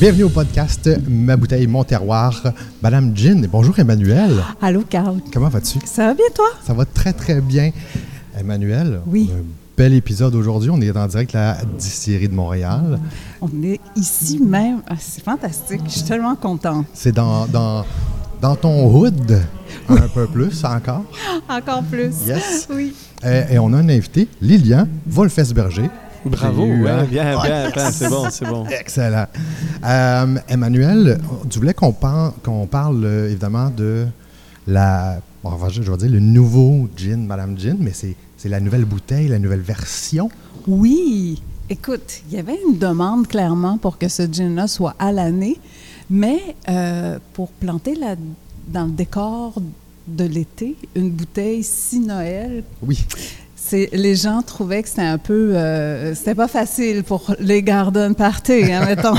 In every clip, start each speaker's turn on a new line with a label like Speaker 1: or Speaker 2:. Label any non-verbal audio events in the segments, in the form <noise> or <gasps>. Speaker 1: Bienvenue au podcast Ma bouteille, mon terroir. Madame Jean, bonjour Emmanuel.
Speaker 2: Allô, Carl.
Speaker 1: Comment vas-tu?
Speaker 2: Ça va bien, toi?
Speaker 1: Ça va très, très bien. Emmanuel,
Speaker 2: Oui.
Speaker 1: on a un bel épisode aujourd'hui. On est en direct à la distillerie de Montréal.
Speaker 2: On est ici même. Ah, C'est fantastique. Je suis tellement contente.
Speaker 1: C'est dans, dans, dans ton hood, un peu plus encore.
Speaker 2: <laughs> Encore plus.
Speaker 1: Yes.
Speaker 2: <laughs> Oui.
Speaker 1: Euh, Et, on a un invité, Lilian Wolfesberger.
Speaker 3: Bravo,
Speaker 1: J'ai eu,
Speaker 3: ouais,
Speaker 1: hein?
Speaker 3: bien, bien, bien, c'est <laughs> bon, c'est bon.
Speaker 1: Excellent. Euh, Emmanuel, tu voulais qu'on parle, qu'on parle euh, évidemment de la. bon, on va- je vais dire le nouveau gin, Madame Gin, mais c'est, c'est la nouvelle bouteille, la nouvelle version.
Speaker 2: Oui. Écoute, il y avait une demande clairement pour que ce gin-là soit à l'année, mais euh, pour planter la, dans le décor de l'été, une bouteille si Noël
Speaker 1: Oui.
Speaker 2: C'est, les gens trouvaient que c'était un peu, euh, c'était pas facile pour les garden party, hein, mettons.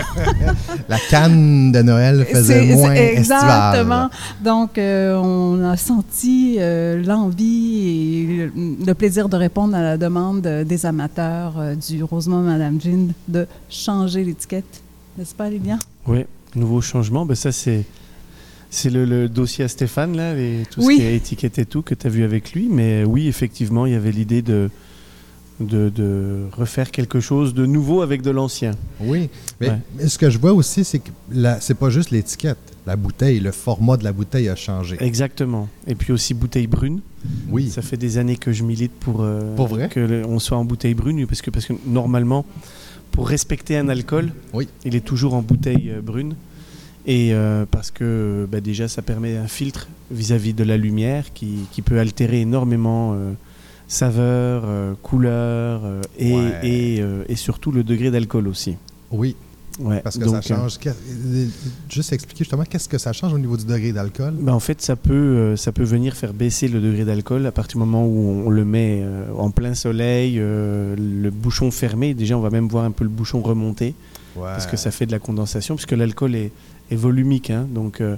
Speaker 1: La canne de Noël faisait
Speaker 2: C'est-
Speaker 1: moins
Speaker 2: c'est
Speaker 1: estivale.
Speaker 2: Exactement. Donc, euh, on a senti euh, l'envie et le, le plaisir de répondre à la demande euh, des amateurs euh, du Rosemont Madame Jean de changer l'étiquette. N'est-ce pas, Lilian?
Speaker 3: Oui, nouveau changement, ben ça c'est c'est le, le dossier à Stéphane là, les- tout
Speaker 2: Oui.
Speaker 3: ce qui est étiquette et tout que tu as vu avec lui, mais euh, oui, effectivement, il y avait l'idée de, de de refaire quelque chose de nouveau avec de l'ancien.
Speaker 1: Oui. Mais,
Speaker 3: Ouais.
Speaker 1: mais ce que je vois aussi, c'est que la- c'est pas juste l'étiquette. La bouteille, le format de la bouteille a changé.
Speaker 3: Exactement. Et puis aussi bouteille brune.
Speaker 1: Oui.
Speaker 3: Ça fait des années que je milite pour, euh,
Speaker 1: Pour vrai
Speaker 3: que le- on soit en bouteille brune, parce que, parce que normalement, pour respecter un alcool,
Speaker 1: Oui.
Speaker 3: il est toujours en bouteille euh, brune. Et euh, parce que euh, bah, déjà, ça permet un filtre vis-à-vis de la lumière qui, qui peut altérer énormément euh, saveur, euh, couleur euh, et,
Speaker 1: Ouais.
Speaker 3: et, euh, et surtout le degré d'alcool aussi.
Speaker 1: Oui.
Speaker 3: Ouais.
Speaker 1: Parce que
Speaker 3: Donc, euh,
Speaker 1: ça change. Qu'est- Juste expliquer justement qu'est-ce que ça change au niveau du degré d'alcool.
Speaker 3: Ben, en fait, ça peut, euh, ça peut venir faire baisser le degré d'alcool à partir du moment où on le met euh, en plein soleil, euh, le bouchon fermé. Déjà, on va même voir un peu le bouchon remonter parce que ça fait de la condensation, puisque l'alcool est, est volumique. hein. donc, euh,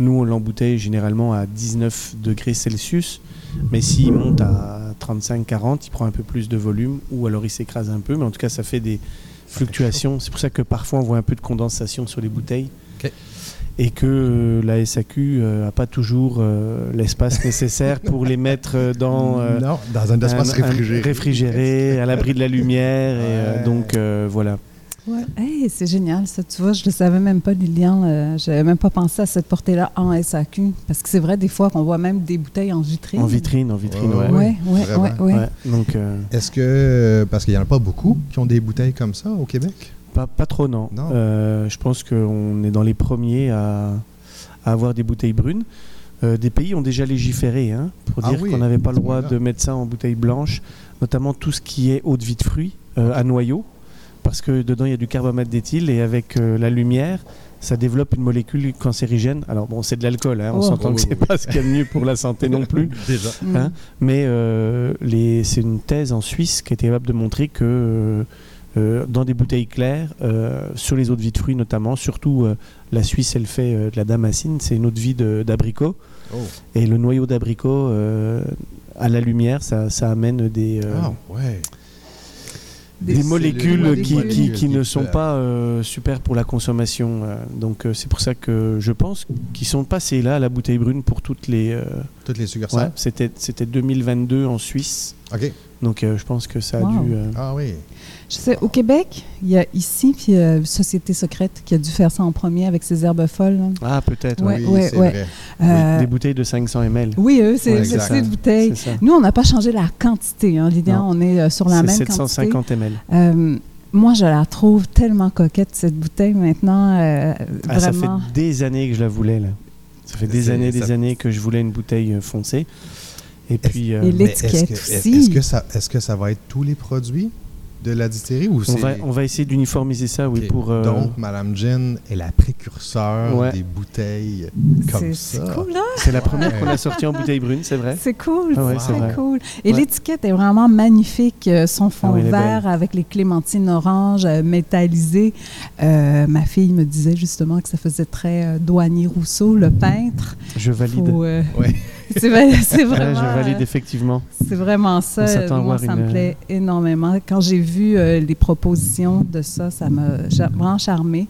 Speaker 3: nous, on l'embouteille généralement à 19 degrés Celsius, mais s'il monte à 35-40, il prend un peu plus de volume ou alors il s'écrase un peu. Mais en tout cas, ça fait des fluctuations. C'est pour ça que parfois, on voit un peu de condensation sur les bouteilles.
Speaker 1: Ok.
Speaker 3: Et que euh, la SAQ n'a pas toujours euh, l'espace nécessaire pour les mettre euh, dans, euh,
Speaker 1: non, dans un espace
Speaker 3: un- un
Speaker 1: réfrigéré.
Speaker 3: réfrigéré, à l'abri de la lumière. Et, euh,
Speaker 1: Ouais.
Speaker 3: donc euh, voilà.
Speaker 2: Hey, c'est génial, ça. Tu vois, je le savais même pas, Lilian. euh, j'avais même pas pensé à cette portée-là en SAQ. Parce que c'est vrai, des fois, qu'on voit même des bouteilles en vitrine.
Speaker 3: En vitrine, en vitrine,
Speaker 1: Ouais,
Speaker 3: ouais.
Speaker 2: Oui, oui,
Speaker 1: Vraiment.
Speaker 2: oui, oui.
Speaker 3: Ouais, donc, euh,
Speaker 1: Est-ce que. euh, Parce qu'il n'y en a pas beaucoup qui ont des bouteilles comme ça au Québec.
Speaker 3: pas, pas trop, non.
Speaker 1: Non.
Speaker 3: Euh, je pense qu'on est dans les premiers à, à avoir des bouteilles brunes. Euh, des pays ont déjà légiféré hein, pour
Speaker 1: Ah
Speaker 3: dire
Speaker 1: oui,
Speaker 3: qu'on n'avait pas
Speaker 1: à
Speaker 3: le
Speaker 1: ce
Speaker 3: droit
Speaker 1: point-là.
Speaker 3: de mettre ça en bouteille blanche, notamment tout ce qui est eau de vie de fruits euh, à noyau, parce que dedans il y a du carbamate d'éthyle et avec euh, la lumière, ça développe une molécule cancérigène. Alors bon, c'est de l'alcool, hein, on
Speaker 2: Oh.
Speaker 3: s'entend
Speaker 1: Oui,
Speaker 3: que
Speaker 1: oui,
Speaker 3: c'est
Speaker 1: oui.
Speaker 3: pas ce qu'il y a de mieux pour la santé
Speaker 1: <laughs>
Speaker 3: non plus.
Speaker 1: Déjà.
Speaker 2: Mm.
Speaker 3: Hein? Mais euh, les- c'est une thèse en Suisse qui a été capable de montrer que euh, euh, dans des bouteilles claires, euh, sur les eaux de vie de fruits notamment, surtout euh, la Suisse, elle fait euh, de la damascine, c'est une eau de vie de- d'abricot.
Speaker 1: Oh.
Speaker 3: Et le noyau d'abricot, euh, à la lumière, ça, ça amène des, euh,
Speaker 1: Ah, ouais.
Speaker 3: des,
Speaker 2: Des
Speaker 3: molécules
Speaker 2: cellules,
Speaker 3: qui,
Speaker 2: des
Speaker 3: qui-
Speaker 2: molécules
Speaker 3: qui ne
Speaker 1: qui
Speaker 3: sont
Speaker 1: peuvent-
Speaker 3: pas euh, super pour la consommation. euh, donc euh, c'est pour ça que je pense qu'ils sont passés là à la bouteille brune pour toutes les... euh,
Speaker 1: Toutes les sucres
Speaker 3: ouais, c'était c'était 2022 en Suisse.
Speaker 1: OK.
Speaker 3: Donc euh, je pense que ça a
Speaker 2: Wow.
Speaker 3: dû. euh,
Speaker 1: Ah oui.
Speaker 2: Je sais, au Québec, il y a ici, puis euh, Société Secrète qui a dû faire ça en premier avec ses herbes folles. là.
Speaker 3: Ah, peut-être.
Speaker 2: Ouais,
Speaker 1: oui,
Speaker 2: ouais,
Speaker 1: c'est
Speaker 2: ouais.
Speaker 1: vrai.
Speaker 2: Euh,
Speaker 3: Des bouteilles de 500 ml.
Speaker 2: oui, eux, c'est
Speaker 3: Ouais,
Speaker 2: c'est
Speaker 1: exact.
Speaker 2: ces bouteilles.
Speaker 3: C'est ça.
Speaker 2: Nous, on n'a pas changé la quantité, hein, Lilian.
Speaker 3: Non.
Speaker 2: On est euh, sur la
Speaker 3: C'est
Speaker 2: même
Speaker 3: 750
Speaker 2: quantité.
Speaker 3: ml.
Speaker 2: Euh, moi, je la trouve tellement coquette, cette bouteille, maintenant. euh,
Speaker 3: Ah, ça
Speaker 2: vraiment.
Speaker 3: fait des années que je la voulais là. Ça fait des
Speaker 1: C'est-
Speaker 3: années, des
Speaker 1: ça-
Speaker 3: années que je voulais une bouteille euh, foncée. Et puis euh,
Speaker 2: Et les-
Speaker 1: Mais est-ce
Speaker 2: L'étiquette
Speaker 1: que-
Speaker 2: aussi.
Speaker 1: Est-ce que, ça- est-ce que ça va être tous les produits de la distillerie ou
Speaker 3: on
Speaker 1: c'est.
Speaker 3: va on va essayer d'uniformiser ça, oui,
Speaker 1: OK.
Speaker 3: pour. euh,
Speaker 1: Donc, Madame Gin est la précurseur
Speaker 3: Ouais.
Speaker 1: des bouteilles
Speaker 2: C'est-
Speaker 1: comme
Speaker 2: C'est
Speaker 1: ça.
Speaker 2: cool, hein?
Speaker 3: C'est la première
Speaker 1: Ouais.
Speaker 3: qu'on a sortie en bouteille brune, c'est vrai.
Speaker 2: C'est cool,
Speaker 3: Ah ouais,
Speaker 2: c'est
Speaker 1: c'est
Speaker 2: très
Speaker 3: vrai.
Speaker 2: cool. Et
Speaker 3: Ouais.
Speaker 2: l'étiquette est vraiment magnifique. euh, Son fond
Speaker 3: Ah oui, elle est
Speaker 2: vert avec les clémentines oranges euh, métallisées. Euh, ma fille me disait justement que ça faisait très euh, douanier Rousseau, le peintre.
Speaker 3: Je valide.
Speaker 2: Faut, euh,
Speaker 1: Ouais.
Speaker 2: <laughs> c'est vrai- c'est
Speaker 3: Ouais,
Speaker 2: vraiment,
Speaker 3: je valide
Speaker 2: euh,
Speaker 3: effectivement.
Speaker 2: c'est vraiment ça.
Speaker 3: On s'attend à
Speaker 2: Moi,
Speaker 3: avoir
Speaker 2: ça me
Speaker 3: une-
Speaker 2: plaît euh, énormément. Quand j'ai vu euh, les propositions de ça, ça m'a cha- vraiment charmé.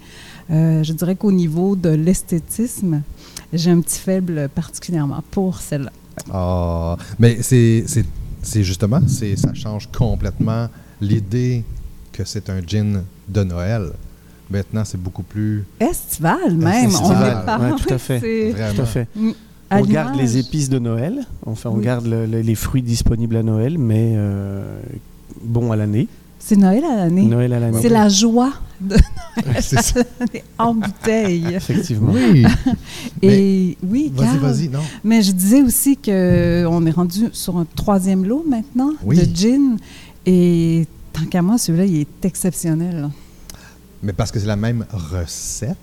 Speaker 2: Euh, je dirais qu'au niveau de l'esthétisme, j'ai un petit faible particulièrement pour celle-là.
Speaker 1: Ah, mais c'est c'est- c'est justement, c'est- ça change complètement l'idée que c'est un gin de Noël. Maintenant, c'est beaucoup plus.
Speaker 2: Estival même, on
Speaker 1: Estival,
Speaker 2: est pas-
Speaker 3: ouais, tout à fait.
Speaker 2: c'est-
Speaker 1: Vraiment.
Speaker 3: Tout à fait.
Speaker 2: à
Speaker 3: On garde
Speaker 2: l'image.
Speaker 3: les épices de Noël, enfin on
Speaker 2: Oui.
Speaker 3: garde le- le- les fruits disponibles à Noël, mais euh, bon à l'année.
Speaker 2: C'est Noël à l'année.
Speaker 3: Noël à l'année.
Speaker 2: C'est la joie <laughs> de
Speaker 1: <laughs> C'est ça.
Speaker 2: l'année en
Speaker 3: <laughs>
Speaker 2: bouteille.
Speaker 3: Effectivement.
Speaker 1: Oui.
Speaker 2: Et oui,
Speaker 1: Vas-y,
Speaker 2: Carl,
Speaker 1: vas-y, non.
Speaker 2: Mais je disais aussi que euh, on est rendu sur un troisième lot maintenant
Speaker 1: Oui.
Speaker 2: de gin. Et tant qu'à moi, celui-là, il est exceptionnel.
Speaker 1: Mais parce que c'est la même recette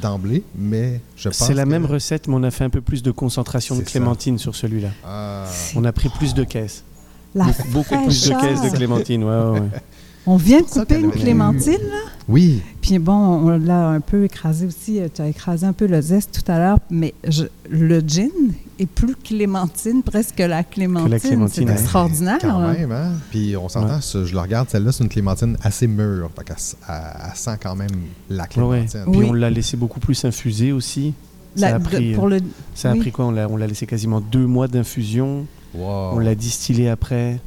Speaker 1: d'emblée, mais je pense.
Speaker 3: C'est la
Speaker 1: que-
Speaker 3: même recette, mais on a fait un peu plus de concentration de
Speaker 1: C'est ça.
Speaker 3: clémentine sur celui-là.
Speaker 1: Ah.
Speaker 3: On a pris plus de caisses.
Speaker 2: La
Speaker 3: Beaucoup, beaucoup plus de
Speaker 2: fraîcheur.
Speaker 3: caisses de clémentine. ouais, ouais, ouais.
Speaker 2: On vient de
Speaker 1: C'est ça
Speaker 2: couper
Speaker 1: qu'elle
Speaker 2: une
Speaker 1: avait-
Speaker 2: clémentine, là.
Speaker 1: Oui.
Speaker 2: Puis bon, on l'a un peu écrasé aussi. Euh, Tu as écrasé un peu le zeste tout à l'heure, mais je- le gin est plus clémentine, presque la clémentine.
Speaker 3: clémentine,
Speaker 2: C'est
Speaker 3: hein.
Speaker 2: extraordinaire.
Speaker 1: Quand
Speaker 2: hein.
Speaker 1: même, hein? Puis on s'entend, ce- je le regarde, celle-là, c'est une clémentine assez mûre. Fait qu'elle s- elle- elle sent quand même la
Speaker 3: Ouais, ouais.
Speaker 1: clémentine.
Speaker 3: Puis
Speaker 2: Oui.
Speaker 3: on l'a laissé beaucoup plus infuser aussi. Ça
Speaker 2: La-
Speaker 3: a
Speaker 2: de-
Speaker 3: pris, euh,
Speaker 2: pour le,
Speaker 3: Ça a
Speaker 2: Oui.
Speaker 3: pris quoi On l'a on l'a laissé quasiment deux mois d'infusion.
Speaker 1: Wow.
Speaker 3: On l'a distillé après.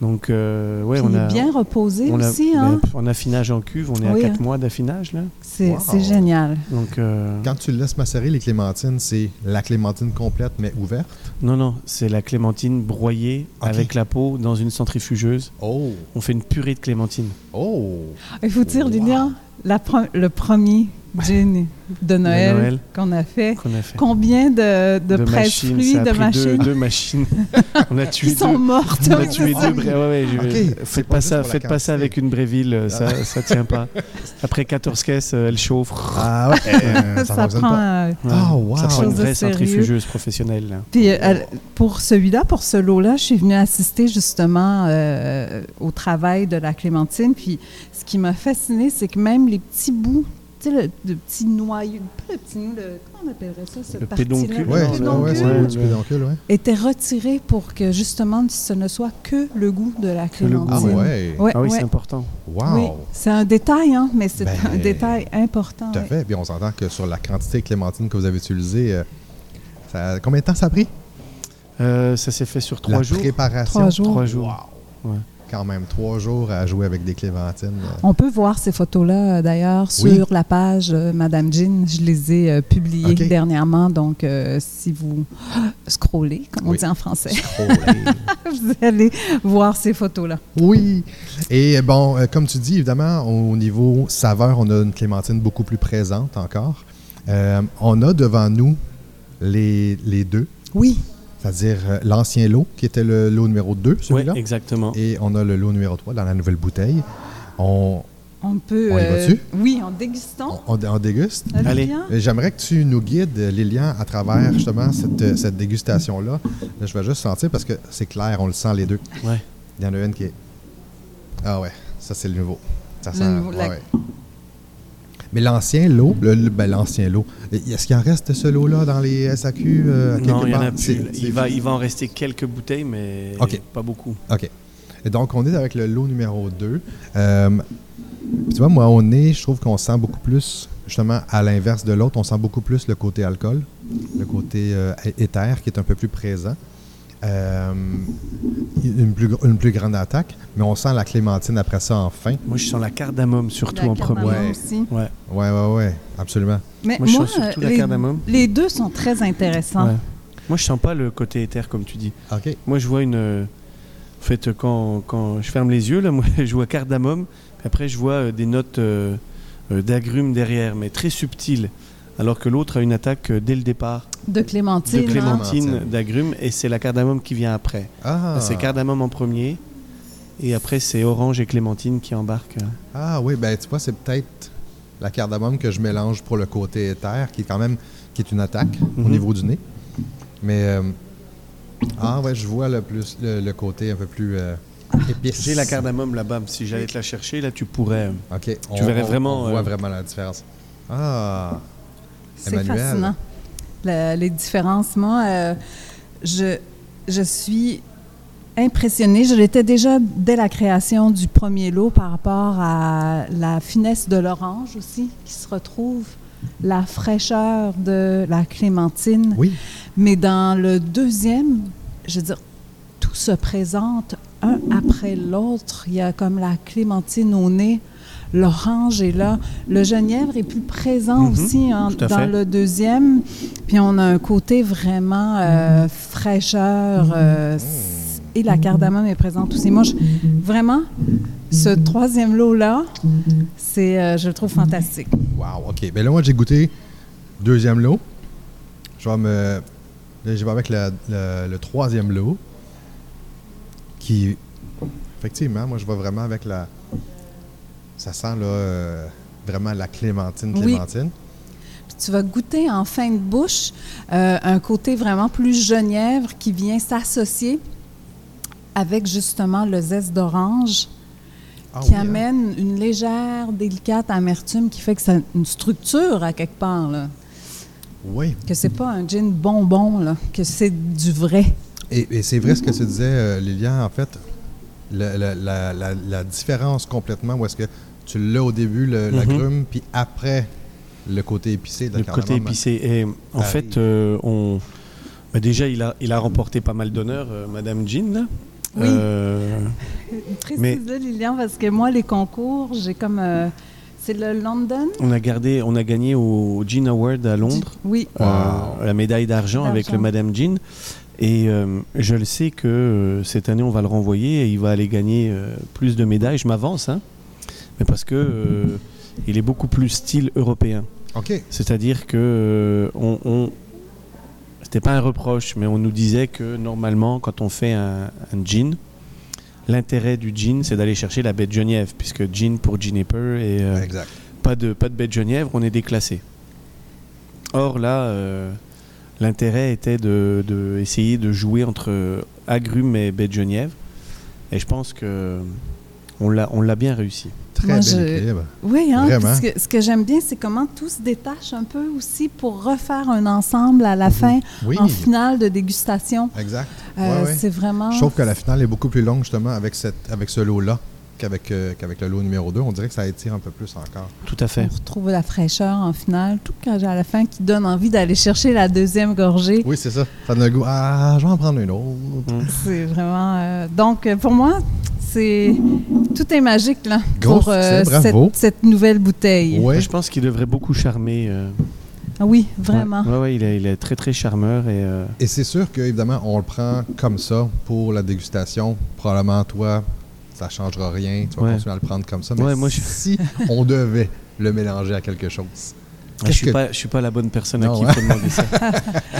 Speaker 3: Donc, euh, ouais,
Speaker 2: puis
Speaker 3: on
Speaker 2: il est
Speaker 3: a.
Speaker 2: bien reposé
Speaker 3: on a-
Speaker 2: aussi.
Speaker 3: ben,
Speaker 2: hein.
Speaker 3: pff, en affinage en cuve, on est
Speaker 2: Oui,
Speaker 3: à 4
Speaker 2: hein.
Speaker 3: mois d'affinage là.
Speaker 2: C'est
Speaker 1: Wow.
Speaker 2: c'est génial.
Speaker 3: Donc euh,
Speaker 1: Quand tu laisses macérer les clémentines, c'est la clémentine complète mais ouverte.
Speaker 3: non non, c'est la clémentine broyée
Speaker 1: Ok.
Speaker 3: avec la peau dans une centrifugeuse.
Speaker 1: Oh!
Speaker 3: On fait une purée de clémentine.
Speaker 1: Oh!
Speaker 2: Il faut dire,
Speaker 1: Wow.
Speaker 2: Lilian, la pre- le premier gin de Noël,
Speaker 3: Noël.
Speaker 2: qu'on a fait.
Speaker 3: qu'on a fait.
Speaker 2: Combien de, de,
Speaker 3: machines,
Speaker 2: presse-fruits,
Speaker 3: ça a
Speaker 2: de
Speaker 3: pris deux-
Speaker 2: machines
Speaker 3: Deux, machines.
Speaker 2: <laughs>
Speaker 3: on a tué
Speaker 2: qui sont
Speaker 3: deux.
Speaker 2: mortes?
Speaker 3: On a
Speaker 2: <laughs> Oui,
Speaker 3: tué
Speaker 2: c'est ça.
Speaker 3: deux. bra- ouais, ouais, je-
Speaker 1: Ok, c'est
Speaker 3: Euh, Faites
Speaker 1: pas
Speaker 3: pas
Speaker 1: juste
Speaker 3: ça,
Speaker 1: pour la
Speaker 3: faites pas
Speaker 1: quantité.
Speaker 3: ça avec une Bréville, euh, ça, ça tient pas. Après 14 caisses, euh, elle chauffe.
Speaker 1: Ah
Speaker 3: <laughs>
Speaker 1: ouais! euh,
Speaker 2: Ça,
Speaker 1: fonctionne
Speaker 2: prend...
Speaker 1: pas.
Speaker 2: euh,
Speaker 3: Ouais.
Speaker 1: Ah, wow.
Speaker 3: Ça prend
Speaker 2: Chose
Speaker 3: une
Speaker 2: de
Speaker 3: vraie
Speaker 2: sérieux.
Speaker 3: centrifugeuse professionnelle. hein. là.
Speaker 2: Puis, euh, elle- pour celui-là, pour ce lot-là, je suis venue assister justement euh, au travail de la Clémentine. Puis ce qui m'a fasciné, c'est que même les petits bouts, tu sais, le, le petit noyau, pas le petit noyau, le- comment on appellerait ça, cette
Speaker 3: Le
Speaker 2: partie-là?
Speaker 3: pédoncule.
Speaker 1: Ouais,
Speaker 2: Le
Speaker 1: ouais,
Speaker 3: Non, non,
Speaker 1: ouais,
Speaker 2: pédoncule.
Speaker 1: c'est
Speaker 3: non.
Speaker 1: le goût du pédoncule, ouais.
Speaker 2: était retiré pour que justement ce ne soit que le goût de la
Speaker 3: le goût.
Speaker 1: Ah
Speaker 2: clémentine.
Speaker 1: ouais!
Speaker 2: Ouais,
Speaker 3: ah oui,
Speaker 2: ouais.
Speaker 3: c'est important.
Speaker 1: Wow!
Speaker 2: Oui, c'est un détail, hein, mais c'est
Speaker 1: Ben,
Speaker 2: un détail important.
Speaker 1: Tout à
Speaker 2: ouais.
Speaker 1: fait. Puis on s'entend que sur la quantité de clémentine que vous avez utilisée, euh, ça- combien de temps ça a pris?
Speaker 3: Euh, ça s'est fait sur
Speaker 1: la
Speaker 3: trois jours.
Speaker 1: préparation?
Speaker 2: Trois jours.
Speaker 3: Trois jours.
Speaker 1: Wow.
Speaker 3: Ouais.
Speaker 1: Quand même, trois jours à jouer avec des clémentines. euh.
Speaker 2: On peut voir ces photos-là, euh, d'ailleurs, sur
Speaker 1: Oui.
Speaker 2: la page euh, Madame Jean. Je les ai euh, publiées
Speaker 1: Ok.
Speaker 2: dernièrement, donc euh, si vous <gasps> scrollez, comme on
Speaker 1: Oui.
Speaker 2: dit en français, <laughs>
Speaker 1: Scroller.
Speaker 2: vous allez voir ces photos-là.
Speaker 1: Oui. Et bon, euh, comme tu dis, évidemment, au niveau saveur, on a une clémentine beaucoup plus présente encore. Euh, on a devant nous les, les deux,
Speaker 2: Oui,
Speaker 1: c'est-à-dire euh, l'ancien lot, qui était le lot numéro 2,
Speaker 3: Ouais,
Speaker 1: celui-là.
Speaker 3: exactement.
Speaker 1: et on a le lot numéro 3 dans la nouvelle bouteille. On,
Speaker 2: on peut. euh,
Speaker 1: On y va-tu?
Speaker 2: oui, en dégustant.
Speaker 1: on, on déguste.
Speaker 2: Olivia.
Speaker 3: Allez.
Speaker 1: Et Euh, J'aimerais que tu nous guides, Lilian, à travers justement cette, euh, cette dégustation-là. Là, je vais juste sentir parce que c'est clair, on le sent les deux.
Speaker 3: Ouais.
Speaker 1: Il y en a une qui est. Ah ouais, ça c'est le nouveau. Ça
Speaker 2: Le
Speaker 1: sent.
Speaker 2: nouveau,
Speaker 1: ouais,
Speaker 2: la-
Speaker 1: ouais. Mais l'ancien lot, le, le- ben, l'ancien lot, et- est-ce qu'il en reste ce lot-là dans les SAQ euh, à
Speaker 3: Non,
Speaker 1: quelque
Speaker 3: il y en
Speaker 1: part?
Speaker 3: a plus.
Speaker 1: C'est-
Speaker 3: là.
Speaker 1: c'est-
Speaker 3: Il va, il va en rester quelques bouteilles, mais
Speaker 1: Ok.
Speaker 3: pas beaucoup.
Speaker 1: OK. Et donc, on est avec le lot numéro 2. tu vois, moi, au nez, je trouve qu'on sent beaucoup plus, justement, à l'inverse de l'autre, on sent beaucoup plus le côté alcool, le côté euh, é- éther qui est un peu plus présent. Euh, une, plus, gr- une plus grande attaque, mais on sent la clémentine après ça en fin.
Speaker 3: Moi, je sens la cardamome surtout
Speaker 2: La
Speaker 3: en premier.
Speaker 2: cardamome
Speaker 1: Ouais.
Speaker 2: aussi.
Speaker 3: Ouais.
Speaker 1: Ouais, ouais, ouais, absolument.
Speaker 2: Mais
Speaker 3: Moi, je
Speaker 2: moi,
Speaker 3: sens surtout
Speaker 2: euh,
Speaker 3: la
Speaker 2: les,
Speaker 3: cardamome.
Speaker 2: les deux sont très intéressants.
Speaker 3: Ouais. Moi, je sens pas le côté éther, comme tu dis.
Speaker 1: OK.
Speaker 3: Moi, je vois une. euh, En fait, quand, quand je ferme les yeux, là, <laughs> moi, je vois cardamome. puis Après, je vois euh, des notes euh, euh, d'agrumes derrière, mais très subtiles. Alors que l'autre a une attaque euh, dès le départ
Speaker 2: De
Speaker 3: de
Speaker 2: clémentine. hein.
Speaker 3: clémentine,
Speaker 1: Clémentine.
Speaker 3: d'agrumes, et c'est la cardamome qui vient après.
Speaker 1: Ah,
Speaker 3: C'est cardamome en premier, et après, c'est orange et clémentine qui embarquent. euh.
Speaker 1: ah oui, ben tu vois, c'est peut-être la cardamome que je mélange pour le côté éther, qui est quand même qui est une attaque au
Speaker 3: Mhm.
Speaker 1: niveau du nez. Mais euh, ah ouais, je vois le plus le, le côté un peu plus euh, épice.
Speaker 3: J'ai la cardamome là-bas. Si j'allais te la chercher, là, tu pourrais. euh,
Speaker 1: Ok, on,
Speaker 3: verrais
Speaker 1: on-
Speaker 3: vraiment,
Speaker 1: on voit
Speaker 3: euh,
Speaker 1: vraiment la différence. Ah,
Speaker 2: C'est
Speaker 1: Emmanuel.
Speaker 2: fascinant, la- les différences. Moi, euh, je, je suis impressionnée. Je l'étais déjà dès la création du premier lot par rapport à la finesse de l'orange aussi, qui se retrouve, la fraîcheur de la clémentine.
Speaker 1: Oui.
Speaker 2: Mais dans le deuxième, je veux dire, tout se présente un après l'autre. Il y a comme la clémentine au nez, l'orange est là, le genièvre est plus présent
Speaker 3: Mhm,
Speaker 2: aussi en-
Speaker 3: tout à
Speaker 2: dans
Speaker 3: fait.
Speaker 2: le deuxième. Puis on a un côté vraiment euh, fraîcheur euh, s- et la cardamome est présente aussi. Moi, je- vraiment, ce troisième lot-là, c'est, euh, je le trouve fantastique.
Speaker 1: Wow, OK. Ben là, moi, j'ai goûté deuxième lot. Je vais me. Là, je vais avec le, le- le troisième lot. Qui. Effectivement, moi, je vais vraiment avec la. Ça sent, là, euh, vraiment la clémentine,
Speaker 2: Oui.
Speaker 1: clémentine.
Speaker 2: Puis tu vas goûter en fin de bouche euh, un côté vraiment plus genièvre qui vient s'associer avec justement le zeste d'orange
Speaker 1: Ah
Speaker 2: qui
Speaker 1: oui, hein?
Speaker 2: amène une légère, délicate amertume qui fait que ça a une structure à quelque part, là.
Speaker 1: Oui.
Speaker 2: que c'est pas un gin bonbon, là, que c'est du vrai.
Speaker 1: Et, et c'est vrai ce que tu disais, euh, Lilian, en fait, la, la- la- la- la différence complètement, où est-ce que tu l'as au début, le- la
Speaker 3: Mhm.
Speaker 1: grume, puis après, le côté épicé. de la
Speaker 3: le côté
Speaker 1: cardamome.
Speaker 3: épicé. Et en
Speaker 1: arrive.
Speaker 3: fait, euh, on... bah, déjà, il a, il a remporté pas mal d'honneurs, euh, Madame Jean. là.
Speaker 2: Oui.
Speaker 3: Euh, Mais-
Speaker 2: Précise-le, Lilian, parce que moi, les concours, j'ai comme... euh, c'est le London?
Speaker 3: on, a gardé, on a gagné au Jean Award à Londres.
Speaker 2: Oui.
Speaker 1: Wow.
Speaker 3: euh, la médaille d'argent avec
Speaker 2: D'argent.
Speaker 3: le Madame Jean. Et euh, je le sais que euh, cette année, on va le renvoyer et il va aller gagner euh, plus de médailles. Je m'avance, hein. mais parce que euh, il est beaucoup plus style européen.
Speaker 1: OK.
Speaker 3: C'est-à-dire que euh, on, on- c'était pas un reproche, mais on nous disait que normalement, quand on fait un, un gin, l'intérêt du gin, c'est d'aller chercher la baie de Genièvre, puisque gin pour giniper et euh,
Speaker 1: Exact.
Speaker 3: pas de pas de baie de Genièvre, on est déclassé. Or là, euh, l'intérêt était de, de essayer de jouer entre euh, agrumes et baie de Genièvre, et je pense que on l'a on l'a bien réussi.
Speaker 1: Très
Speaker 2: Moi,
Speaker 1: bel
Speaker 2: je-
Speaker 1: équilibre.
Speaker 2: Oui, hein,
Speaker 1: Vraiment.
Speaker 2: puis ce que, ce que j'aime bien, c'est comment tout se détache un peu aussi pour refaire un ensemble à
Speaker 1: Mhm.
Speaker 2: la fin,
Speaker 1: Oui,
Speaker 2: en finale de dégustation.
Speaker 1: exact.
Speaker 2: Euh,
Speaker 1: Ouais, ouais.
Speaker 2: C'est vraiment...
Speaker 1: Je trouve que la finale est beaucoup plus longue justement avec, cette, avec ce lot-là qu'avec euh, qu'avec le lot numéro 2. On dirait que ça étire un peu plus encore.
Speaker 3: Tout à
Speaker 2: On
Speaker 3: fait.
Speaker 2: retrouve la fraîcheur en finale, tout quand à la fin qui donne envie d'aller chercher la deuxième gorgée.
Speaker 1: Oui, c'est ça. Ça donne le goût. Ah, je vais en prendre une autre.
Speaker 2: C'est vraiment. euh, donc, euh, pour moi, c'est tout est magique là
Speaker 1: Gros
Speaker 2: pour
Speaker 1: succès,
Speaker 2: cette,
Speaker 1: bravo.
Speaker 2: cette nouvelle bouteille.
Speaker 1: Ouais.
Speaker 3: Je pense qu'il devrait beaucoup charmer. euh,
Speaker 2: Ah Oui, vraiment.
Speaker 3: Ouais, ouais, ouais, il, est, il est très très charmeur et euh,
Speaker 1: Et c'est sûr qu'évidemment, on le prend comme ça pour la dégustation. Probablement, toi, ça ne changera rien. Tu vas
Speaker 3: Ouais.
Speaker 1: continuer à le prendre comme ça. Mais
Speaker 3: Ouais, moi, je-
Speaker 1: si on devait le mélanger à quelque chose.
Speaker 3: je
Speaker 1: Qu'est-ce
Speaker 3: suis
Speaker 1: que-
Speaker 3: pas je suis pas la bonne personne
Speaker 1: Non,
Speaker 3: à qui
Speaker 1: hein.
Speaker 3: il faut
Speaker 1: <laughs>
Speaker 3: demander ça.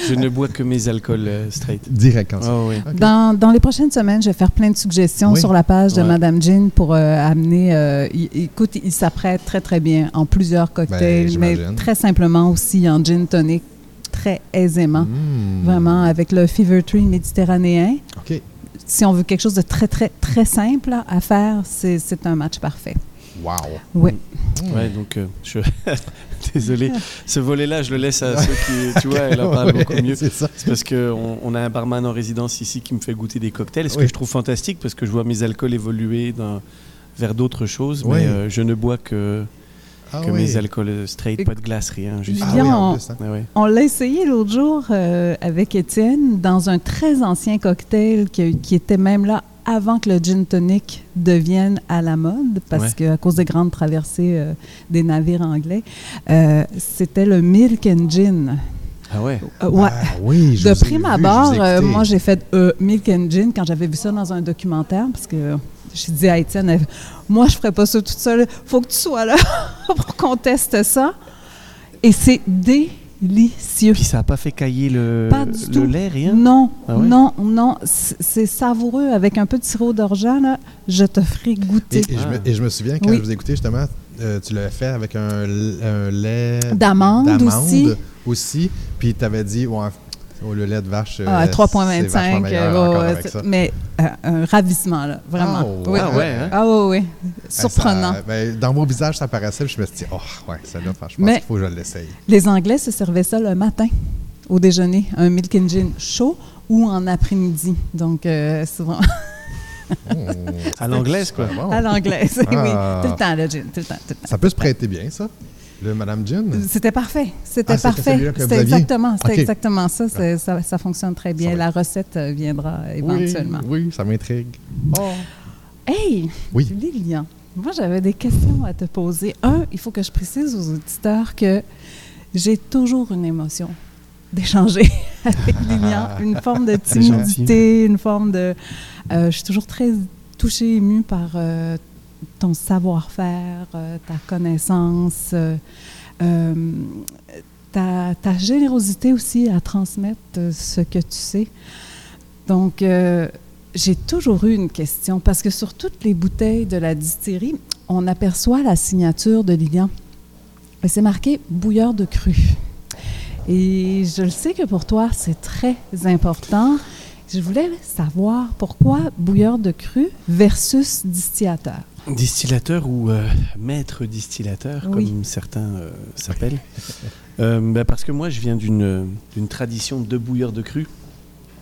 Speaker 3: je ne bois que mes alcools euh, straight.
Speaker 1: Direct comme ça.
Speaker 3: Ah ouais.
Speaker 1: Ok.
Speaker 2: Dans, dans les prochaines semaines, je vais faire plein de suggestions
Speaker 1: Oui.
Speaker 2: sur la page de
Speaker 3: Ouais.
Speaker 2: Madame Jean pour euh, amener. euh, il- écoute, il s'apprête très très bien en plusieurs cocktails,
Speaker 1: Ben,
Speaker 2: mais
Speaker 1: j'imagine.
Speaker 2: très simplement aussi en gin tonic, très aisément,
Speaker 1: Mm.
Speaker 2: vraiment avec le Fever Tree méditerranéen.
Speaker 1: OK.
Speaker 2: Si on veut quelque chose de très très très simple là, à faire, c'est c'est un match parfait.
Speaker 1: Wow.
Speaker 2: Oui.
Speaker 1: Mm.
Speaker 3: Ouais, donc euh, je <laughs> désolé. Ce volet-là, je le laisse à ceux
Speaker 1: <laughs>
Speaker 3: qui, tu vois, elle en parle
Speaker 1: Ouais,
Speaker 3: beaucoup
Speaker 1: <laughs>
Speaker 3: mieux.
Speaker 1: C'est ça.
Speaker 3: C'est parce que on, on a un barman en résidence ici qui me fait goûter des cocktails, et ce
Speaker 1: Oui.
Speaker 3: que je trouve fantastique parce que je vois mes alcools évoluer d'un- vers d'autres choses,
Speaker 1: Ouais.
Speaker 3: mais euh, je ne bois que,
Speaker 1: Ah
Speaker 3: que
Speaker 1: oui.
Speaker 3: mes alcools euh, straight,
Speaker 2: Et-
Speaker 3: pas de glace, rien. Juste.
Speaker 1: Ah
Speaker 2: Bien,
Speaker 1: oui, en
Speaker 2: on-
Speaker 1: plus, hein.
Speaker 3: Ouais, ouais.
Speaker 2: On l'a essayé l'autre jour euh, avec Étienne dans un très ancien cocktail qui, qui était même là avant que le gin tonic devienne à la mode, parce
Speaker 3: Ouais.
Speaker 2: que qu'à cause des grandes traversées euh, des navires anglais, euh, c'était le milk and gin.
Speaker 3: Ah ouais.
Speaker 2: Euh, ouais.
Speaker 1: Ah oui, je
Speaker 2: de
Speaker 1: vous ai
Speaker 2: prime
Speaker 1: vu,
Speaker 2: abord,
Speaker 1: je vous ai
Speaker 2: euh,
Speaker 1: écouté.
Speaker 2: moi j'ai fait euh, milk and gin quand j'avais vu ça dans un documentaire, parce que j'ai dit à Étienne, elle- moi je ferais pas ça toute seule, faut que tu sois là <laughs> pour qu'on teste ça. Et c'est délicieux.
Speaker 3: Puis ça n'a pas fait cailler le,
Speaker 2: Pas du
Speaker 3: le
Speaker 2: tout.
Speaker 3: lait, rien.
Speaker 2: Non,
Speaker 3: Ah ouais?
Speaker 2: non, non, c- c'est savoureux avec un peu de sirop d'orgeat, là, je te ferai
Speaker 1: Et,
Speaker 2: goûter.
Speaker 1: et je me, et je me souviens, quand
Speaker 2: Oui.
Speaker 1: je vous ai écouté, justement, euh, tu l'avais fait avec un, l- un lait
Speaker 2: D'amande aussi.
Speaker 1: aussi. Puis tu avais dit, ouais, oh, le lait de vache, euh,
Speaker 2: Ah,
Speaker 1: c'est vachement
Speaker 2: 3,25,
Speaker 1: meilleur
Speaker 2: euh, ouais,
Speaker 1: encore
Speaker 2: ouais,
Speaker 1: avec
Speaker 2: c'est-
Speaker 1: ça.
Speaker 2: mais euh, un ravissement, là, vraiment.
Speaker 1: Ah,
Speaker 2: oui.
Speaker 3: Ah ouais, hein?
Speaker 2: Ah oui, oui,
Speaker 1: Ça,
Speaker 2: surprenant.
Speaker 1: ben, dans mon visage, ça paraissait, puis je me suis dit, oh, ouais, celle-là, je pense
Speaker 2: Mais-
Speaker 1: qu'il faut
Speaker 2: <laughs>
Speaker 1: que je l'essaye.
Speaker 2: Les Anglais se servaient ça le matin au déjeuner, un milk and gin chaud ou en après-midi. Donc, euh, souvent <laughs>
Speaker 3: À l'anglaise, quoi.
Speaker 1: Ah, Oh, bon.
Speaker 2: à l'anglaise.
Speaker 1: Ah.
Speaker 2: Oui, tout le temps, le gin, tout le temps, tout le temps.
Speaker 1: Ça peut se prêter bien, ça, le Madame Gin.
Speaker 2: C'était parfait. C'était
Speaker 1: Ah, c'était celui-là
Speaker 2: parfait.
Speaker 1: que vous
Speaker 2: C'était
Speaker 1: aviez?
Speaker 2: exactement, c'était
Speaker 1: Ok. Ah.
Speaker 2: exactement ça, C'est- ça. Ça fonctionne très bien.
Speaker 1: Ça va
Speaker 2: La recette euh, viendra
Speaker 1: Oui,
Speaker 2: éventuellement.
Speaker 1: oui, ça m'intrigue. Oh.
Speaker 2: Hey,
Speaker 1: Oui.
Speaker 2: Lilian, moi j'avais des questions à te poser. Un, il faut que je précise aux auditeurs que j'ai toujours une émotion d'échanger <laughs> avec Lilian, une forme de
Speaker 3: Ah. <laughs> C'est gentil.
Speaker 2: timidité, une forme de... euh, je suis toujours très touchée, émue par euh, ton savoir-faire, euh, ta connaissance, euh, euh, ta, ta générosité aussi à transmettre euh, ce que tu sais. Donc, euh, j'ai toujours eu une question, parce que sur toutes les bouteilles de la distillerie, on aperçoit la signature de Lilian. Et c'est marqué bouilleur de cru. Et je le sais que pour toi, c'est très important. Je voulais savoir pourquoi bouilleur de cru versus distillateur.
Speaker 3: Distillateur ou euh, maître distillateur,
Speaker 2: Oui.
Speaker 3: comme certains euh, s'appellent. Euh, bah, parce que moi, je viens d'une euh, d'une tradition de bouilleur de cru.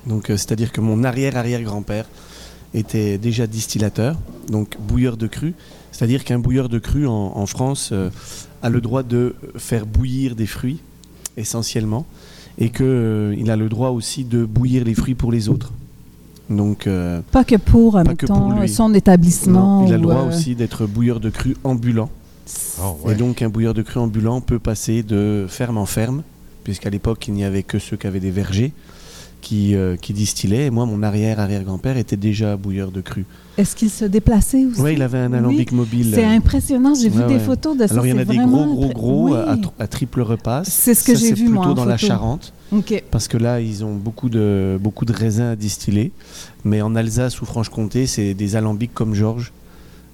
Speaker 3: Donc, euh, c'est-à-dire que mon arrière-arrière-grand-père était déjà distillateur, donc bouilleur de cru. C'est-à-dire qu'un bouilleur de cru en, en France euh, a le droit de faire bouillir des fruits, essentiellement, et qu'il a le droit aussi de bouillir les fruits pour les autres. Donc, euh,
Speaker 2: Pas que pour, euh,
Speaker 3: Pas que pour
Speaker 2: mettons,
Speaker 3: lui.
Speaker 2: son établissement.
Speaker 3: il a le
Speaker 2: ou,
Speaker 3: droit
Speaker 2: euh,
Speaker 3: aussi d'être bouilleur de cru ambulant.
Speaker 1: Oh, ouais.
Speaker 3: Et donc un bouilleur de cru ambulant peut passer de ferme en ferme, puisqu'à l'époque il n'y avait que ceux qui avaient des vergers qui, euh, qui distillaient. Et moi, mon arrière-arrière-grand-père était déjà bouilleur de cru.
Speaker 2: Est-ce qu'il se déplaçait aussi?
Speaker 3: Oui, il avait un
Speaker 2: Oui,
Speaker 3: alambic mobile.
Speaker 2: C'est impressionnant, j'ai vu
Speaker 3: Ouais,
Speaker 2: des
Speaker 3: ouais.
Speaker 2: photos de ça.
Speaker 3: Alors il y en
Speaker 2: c'est
Speaker 3: a des
Speaker 2: vraiment
Speaker 3: gros, gros,
Speaker 2: impré-
Speaker 3: gros euh,
Speaker 2: Oui.
Speaker 3: à, tr- à triple repasse.
Speaker 2: C'est ce que
Speaker 3: Ça,
Speaker 2: j'ai vu,
Speaker 3: plutôt
Speaker 2: moi, en
Speaker 3: dans la
Speaker 2: photo.
Speaker 3: Charente,
Speaker 2: OK.
Speaker 3: parce que là, ils ont beaucoup de, beaucoup de raisins à distiller. Mais en Alsace ou Franche-Comté, c'est des alambics comme Georges.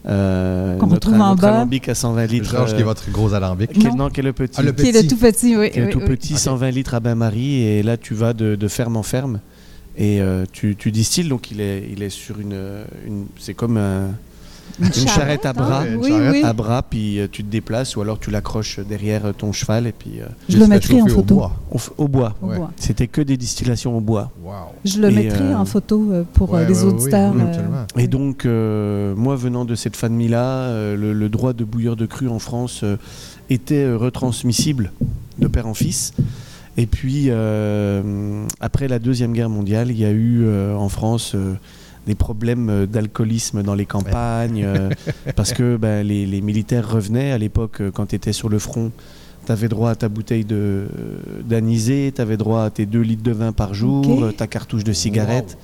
Speaker 3: Euh,
Speaker 2: Qu'on
Speaker 3: notre
Speaker 2: retrouve en
Speaker 3: notre
Speaker 2: bas.
Speaker 3: alembic à 120 litres.
Speaker 1: Georges, qui est
Speaker 3: euh,
Speaker 1: votre gros alambic.
Speaker 3: quel-
Speaker 2: Non.
Speaker 3: non, quel est le petit
Speaker 1: Ah, le
Speaker 2: Qui est le
Speaker 1: Petit.
Speaker 2: tout petit, oui.
Speaker 3: qui est
Speaker 2: oui,
Speaker 3: tout
Speaker 2: oui.
Speaker 3: petit, 120 litres à bain-marie, et là tu vas de, de ferme en ferme, et euh, tu, tu distilles, donc il est, il est sur une... une- c'est comme un- une charrette à
Speaker 2: hein?
Speaker 3: Ah, bras.
Speaker 1: Une
Speaker 2: Oui,
Speaker 1: charrette
Speaker 2: oui.
Speaker 3: à bras, puis euh, tu te déplaces, ou alors tu l'accroches derrière ton cheval, et puis euh,
Speaker 2: Je le
Speaker 1: Juste
Speaker 2: mettrai en
Speaker 1: chauffé au
Speaker 2: photo.
Speaker 1: bois.
Speaker 3: on f- au bois.
Speaker 2: Au
Speaker 1: Ouais.
Speaker 2: bois.
Speaker 3: C'était que des distillations au bois.
Speaker 1: Wow.
Speaker 2: Je le
Speaker 3: Et,
Speaker 2: mettrai
Speaker 3: euh,
Speaker 2: en photo euh, pour euh,
Speaker 1: Ouais,
Speaker 2: les
Speaker 1: ouais, ouais,
Speaker 2: auditeurs.
Speaker 1: oui,
Speaker 2: euh,
Speaker 1: absolument.
Speaker 3: Et donc, euh, moi venant de cette famille-là, euh, le, le droit de bouilleur de cru en France euh, était euh, retransmissible de père en fils. Et puis, euh, après la Deuxième Guerre mondiale, il y a eu euh, en France euh, des problèmes euh, d'alcoolisme dans les campagnes, euh, parce que ben, les, les militaires revenaient à l'époque, euh, quand tu étais sur le front, tu avais droit à ta bouteille de- d'anisée, tu avais droit à tes 2 litres de vin par jour,
Speaker 2: Ok.
Speaker 3: euh, ta cartouche de cigarette.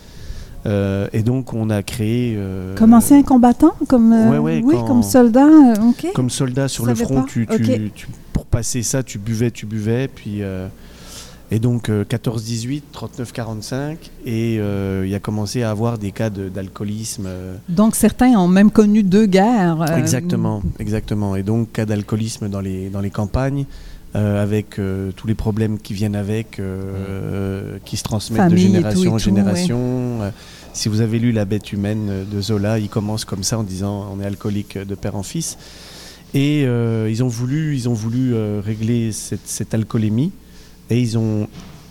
Speaker 3: Euh, et donc, on a créé. euh,
Speaker 2: Comme ancien combattant, comme, euh,
Speaker 3: ouais, ouais,
Speaker 2: oui,
Speaker 3: quand-
Speaker 2: comme soldat, euh, OK.
Speaker 3: comme soldat sur
Speaker 2: Je
Speaker 3: le
Speaker 2: savais
Speaker 3: front,
Speaker 2: pas.
Speaker 3: tu, tu-
Speaker 2: Ok.
Speaker 3: tu- pour passer ça, tu buvais, tu buvais. Puis, euh, et donc, euh, 14-18, 39-45. Et euh, il a commencé à avoir des cas de- d'alcoolisme. euh,
Speaker 2: Donc, certains ont même connu deux guerres. euh,
Speaker 3: Exactement, exactement. Et donc, cas d'alcoolisme dans les, dans les campagnes, euh, avec euh, tous les problèmes qui viennent avec, euh, euh, qui se transmettent
Speaker 2: Famille et
Speaker 3: de
Speaker 2: tout et
Speaker 3: génération en
Speaker 2: tout,
Speaker 3: génération. Euh, si vous avez lu La bête humaine euh, de Zola, il commence comme ça en disant on est alcoolique euh, de père en fils. Et euh, ils ont voulu, ils ont voulu euh, régler cette, cette alcoolémie et ils ont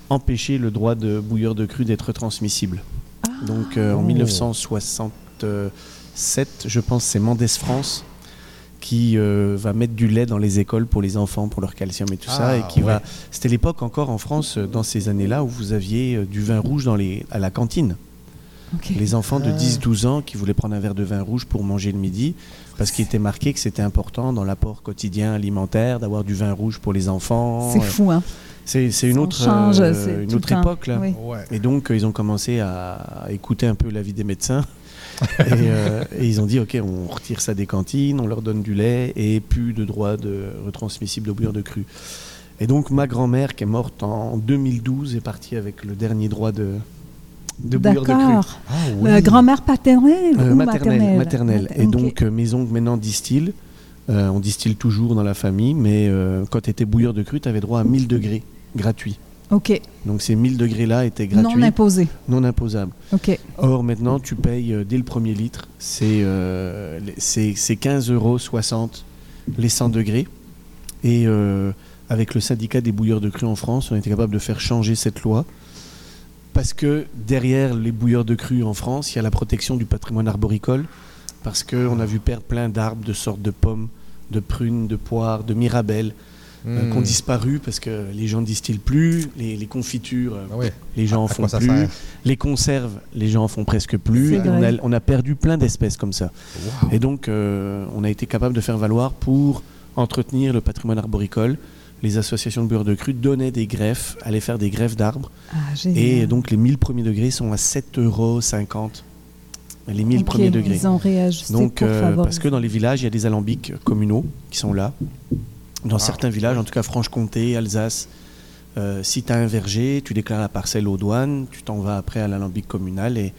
Speaker 3: empêché le droit de bouilleur de cru d'être transmissible.
Speaker 2: Ah.
Speaker 3: Donc euh, en
Speaker 1: Oh.
Speaker 3: euh, 1967, je pense, c'est Mendès France qui euh, va mettre du lait dans les écoles pour les enfants, pour leur calcium et tout
Speaker 1: Ah,
Speaker 3: ça, et qui
Speaker 1: ouais.
Speaker 3: va. C'était l'époque encore en France, euh, dans ces années-là, où vous aviez euh, du vin rouge dans les... à la cantine.
Speaker 2: OK.
Speaker 3: Les enfants de
Speaker 1: Ah.
Speaker 3: 10-12 ans qui voulaient prendre un verre de vin rouge pour manger le midi, parce qu'il était marqué que c'était important dans l'apport quotidien alimentaire d'avoir du vin rouge pour les enfants.
Speaker 2: C'est
Speaker 3: Euh,
Speaker 2: fou, hein?
Speaker 3: C'est c'est une
Speaker 2: On
Speaker 3: autre,
Speaker 2: change,
Speaker 3: euh,
Speaker 2: c'est
Speaker 3: une
Speaker 2: tout
Speaker 3: autre
Speaker 2: le temps.
Speaker 3: époque là.
Speaker 2: Oui.
Speaker 1: Ouais.
Speaker 3: Et donc, euh, ils ont commencé à écouter un peu l'avis des médecins. et, euh, et ils ont dit, OK, on retire ça des cantines, on leur donne du lait et plus de droit de retransmissible de bouilleur de cru. Et donc, ma grand-mère, qui est morte en 2012, est partie avec le dernier droit de, de bouilleur de cru.
Speaker 2: D'accord.
Speaker 1: Ah oui.
Speaker 2: Euh, Grand-mère paternelle
Speaker 3: Euh,
Speaker 2: ou
Speaker 3: maternelle,
Speaker 2: maternelle?
Speaker 3: maternelle.
Speaker 2: Mater-
Speaker 3: Et
Speaker 2: OK.
Speaker 3: donc, euh, mes oncles maintenant distillent. Euh, on distille toujours dans la famille, mais euh, quand tu étais bouilleur de cru, tu avais droit à 1000 degrés gratuit.
Speaker 2: OK.
Speaker 3: Donc, ces 1000 degrés-là étaient gratuits,
Speaker 2: Non imposé.
Speaker 3: non imposables.
Speaker 2: OK.
Speaker 3: Or, maintenant, tu payes euh, dès le premier litre, c'est euh, les- c'est- c'est 15,60 euros les 100 degrés. Et euh, avec le syndicat des bouilleurs de cru en France, on était capable de faire changer cette loi parce que derrière les bouilleurs de cru en France, il y a la protection du patrimoine arboricole, parce qu'on a vu perdre plein d'arbres de sortes de pommes, de prunes, de poires, de mirabelles, euh,
Speaker 1: Hmm.
Speaker 3: qui ont disparu parce que les gens ne distillent plus, les, les confitures, euh,
Speaker 1: Ah ouais.
Speaker 3: les gens en
Speaker 1: À quoi
Speaker 3: font
Speaker 1: ça
Speaker 3: plus,
Speaker 1: sert
Speaker 3: les conserves, les gens en font presque plus,
Speaker 2: C'est
Speaker 3: et on, a,
Speaker 2: vrai.
Speaker 3: on a perdu plein d'espèces comme ça.
Speaker 1: Wow.
Speaker 3: Et donc, euh, on a été capable de faire valoir pour entretenir le patrimoine arboricole. Les associations de boueurs de cru donnaient des greffes, allaient faire des greffes d'arbres.
Speaker 2: Ah, génial.
Speaker 3: Et donc, les 1000 premiers degrés sont à 7,50 euros. Les 1000
Speaker 2: Ok,
Speaker 3: premiers degrés.
Speaker 2: Ils ont réajusté
Speaker 3: Donc,
Speaker 2: pour
Speaker 3: euh,
Speaker 2: favoriser.
Speaker 3: parce que dans les villages, il y a des alambics communaux qui sont là. Dans
Speaker 1: Ah.
Speaker 3: certains villages, en tout cas Franche-Comté, Alsace, euh, si tu as un verger, tu déclares la parcelle aux douanes, tu t'en vas après à l'alambic communal et,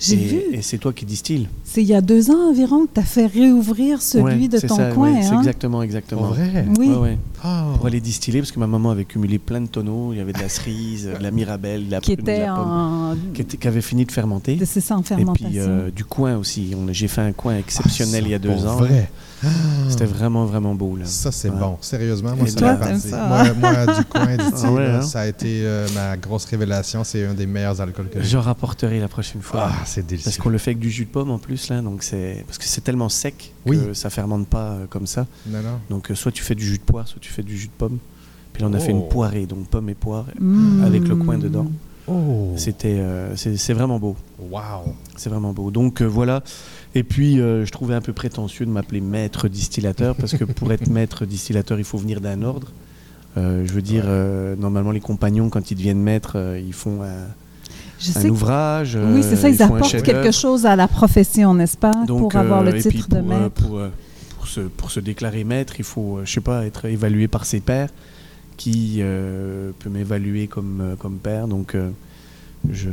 Speaker 2: J'ai
Speaker 3: et-
Speaker 2: vu.
Speaker 3: et c'est toi qui distille.
Speaker 2: C'est il y a deux ans environ que tu as fait réouvrir celui de ton coin.
Speaker 3: C'est
Speaker 2: hein?
Speaker 3: exactement, exactement.
Speaker 1: Pour vrai?
Speaker 2: Oui.
Speaker 3: Ouais, ouais.
Speaker 1: Ah.
Speaker 3: Pour aller distiller, parce que ma maman avait cumulé plein de tonneaux, il y avait de la cerise, de la mirabelle, de la
Speaker 2: qui
Speaker 3: prune, de
Speaker 2: était
Speaker 3: la pomme,
Speaker 2: en.
Speaker 3: qui, était- qui avait fini de fermenter.
Speaker 2: de- C'est ça, en
Speaker 3: Et
Speaker 2: fermentation.
Speaker 3: puis euh, du coin aussi. On- J'ai fait un coin
Speaker 1: Ah,
Speaker 3: exceptionnel
Speaker 1: ça,
Speaker 3: il y a deux
Speaker 1: pour
Speaker 3: ans.
Speaker 1: vrai. Ah.
Speaker 3: C'était vraiment, vraiment beau. Là.
Speaker 1: Hmm. Ça, c'est
Speaker 3: Ouais.
Speaker 1: bon. Sérieusement, moi,
Speaker 3: Et
Speaker 1: ça
Speaker 3: toi,
Speaker 1: fait
Speaker 2: t'aimes
Speaker 1: partie.
Speaker 2: ça,
Speaker 1: Moi,
Speaker 2: hein?
Speaker 1: moi, du
Speaker 2: <laughs>
Speaker 1: coin, d'ici,
Speaker 3: Ah ouais,
Speaker 1: là,
Speaker 3: hein?
Speaker 1: ça a été euh, ma grosse révélation. C'est un des meilleurs alcools que j'ai.
Speaker 3: Je rapporterai la prochaine fois.
Speaker 1: Ah, c'est délicieux.
Speaker 3: parce qu'on le fait avec du jus de pomme en plus, là. Donc c'est... Parce que c'est tellement sec
Speaker 1: Oui.
Speaker 3: que ça fermente pas euh, comme ça.
Speaker 1: Non, non.
Speaker 3: Donc euh, soit tu fais du jus de poire, soit tu fais du jus de pomme. Puis là, on a fait
Speaker 1: Oh.
Speaker 3: une poirée, donc pomme et poire, euh,
Speaker 2: Mm.
Speaker 3: avec le coin dedans.
Speaker 1: Oh!
Speaker 3: C'était, euh, c'est, c'est vraiment beau.
Speaker 1: Wow!
Speaker 3: C'est vraiment beau. Donc euh, voilà. Et puis, euh, je trouvais un peu prétentieux de m'appeler maître distillateur, parce que pour être maître distillateur, il faut venir d'un ordre. Euh, je veux dire, euh, normalement, les compagnons, quand ils deviennent maîtres, euh, ils font un,
Speaker 2: Je
Speaker 3: un euh,
Speaker 2: sais que-
Speaker 3: ouvrage.
Speaker 2: oui, c'est ça, ils apportent
Speaker 3: apportent
Speaker 2: quelque chose à la profession, n'est-ce pas,
Speaker 3: Donc,
Speaker 2: pour avoir
Speaker 3: euh,
Speaker 2: le
Speaker 3: et
Speaker 2: titre
Speaker 3: puis
Speaker 2: de
Speaker 3: pour, euh,
Speaker 2: maître.
Speaker 3: pour, euh, pour se, pour se déclarer maître, il faut, euh, je sais pas, être évalué par ses pairs, qui euh, peut m'évaluer comme, euh, comme père. Donc, euh, je,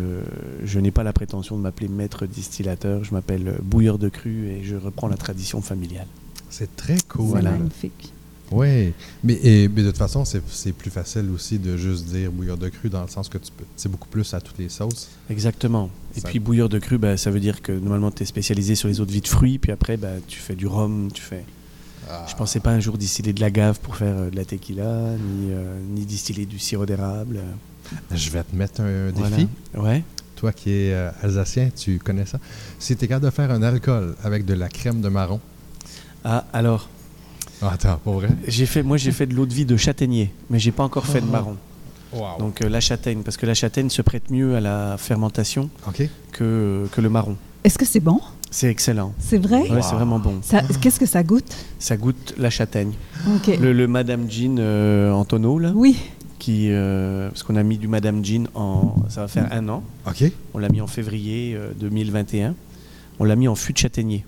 Speaker 3: je n'ai pas la prétention de m'appeler maître distillateur. Je m'appelle euh, bouilleur de cru et je reprends la tradition familiale.
Speaker 1: C'est très cool.
Speaker 2: C'est
Speaker 3: voilà.
Speaker 2: magnifique.
Speaker 1: Oui. Mais, et- mais de toute façon, c'est c'est plus facile aussi de juste dire bouilleur de cru dans le sens que tu peux. C'est beaucoup plus à toutes les sauces.
Speaker 3: Exactement. Et
Speaker 1: Ça-
Speaker 3: puis bouilleur de cru, bah, ça veut dire que normalement tu es spécialisé sur les eaux de vie de fruits, puis après bah, tu fais du rhum, tu fais...
Speaker 1: Ah.
Speaker 3: Je pensais pas un jour distiller de la gave pour faire euh, de la tequila, ni, euh, ni distiller du sirop d'érable. euh,
Speaker 1: Je vais te mettre un défi.
Speaker 3: voilà. Ouais.
Speaker 1: Toi qui es euh, alsacien, tu connais ça. Si tu es capable de faire un alcool avec de la crème de marron.
Speaker 3: Ah, alors,
Speaker 1: Ah, Attends, pour vrai?
Speaker 3: j'ai fait, moi j'ai fait de l'eau de vie de châtaignier, mais j'ai pas encore fait de marron.
Speaker 1: Wow!
Speaker 3: Donc euh, la châtaigne, parce que la châtaigne se prête mieux à la fermentation
Speaker 1: OK?
Speaker 3: que, que le marron.
Speaker 2: Est-ce que c'est bon?
Speaker 3: C'est excellent.
Speaker 2: C'est vrai?
Speaker 3: Ouais, c'est vraiment bon.
Speaker 2: Ça- Qu'est-ce que ça goûte?
Speaker 3: Ça goûte la châtaigne.
Speaker 2: OK.
Speaker 3: Le, le Madame Jean euh, en tonneau, là,
Speaker 2: Oui,
Speaker 3: qui, euh, parce qu'on a mis du Madame Jean en. Ça va faire un an.
Speaker 1: OK?
Speaker 3: On l'a mis en février euh, 2021. On l'a mis en fût de châtaignier.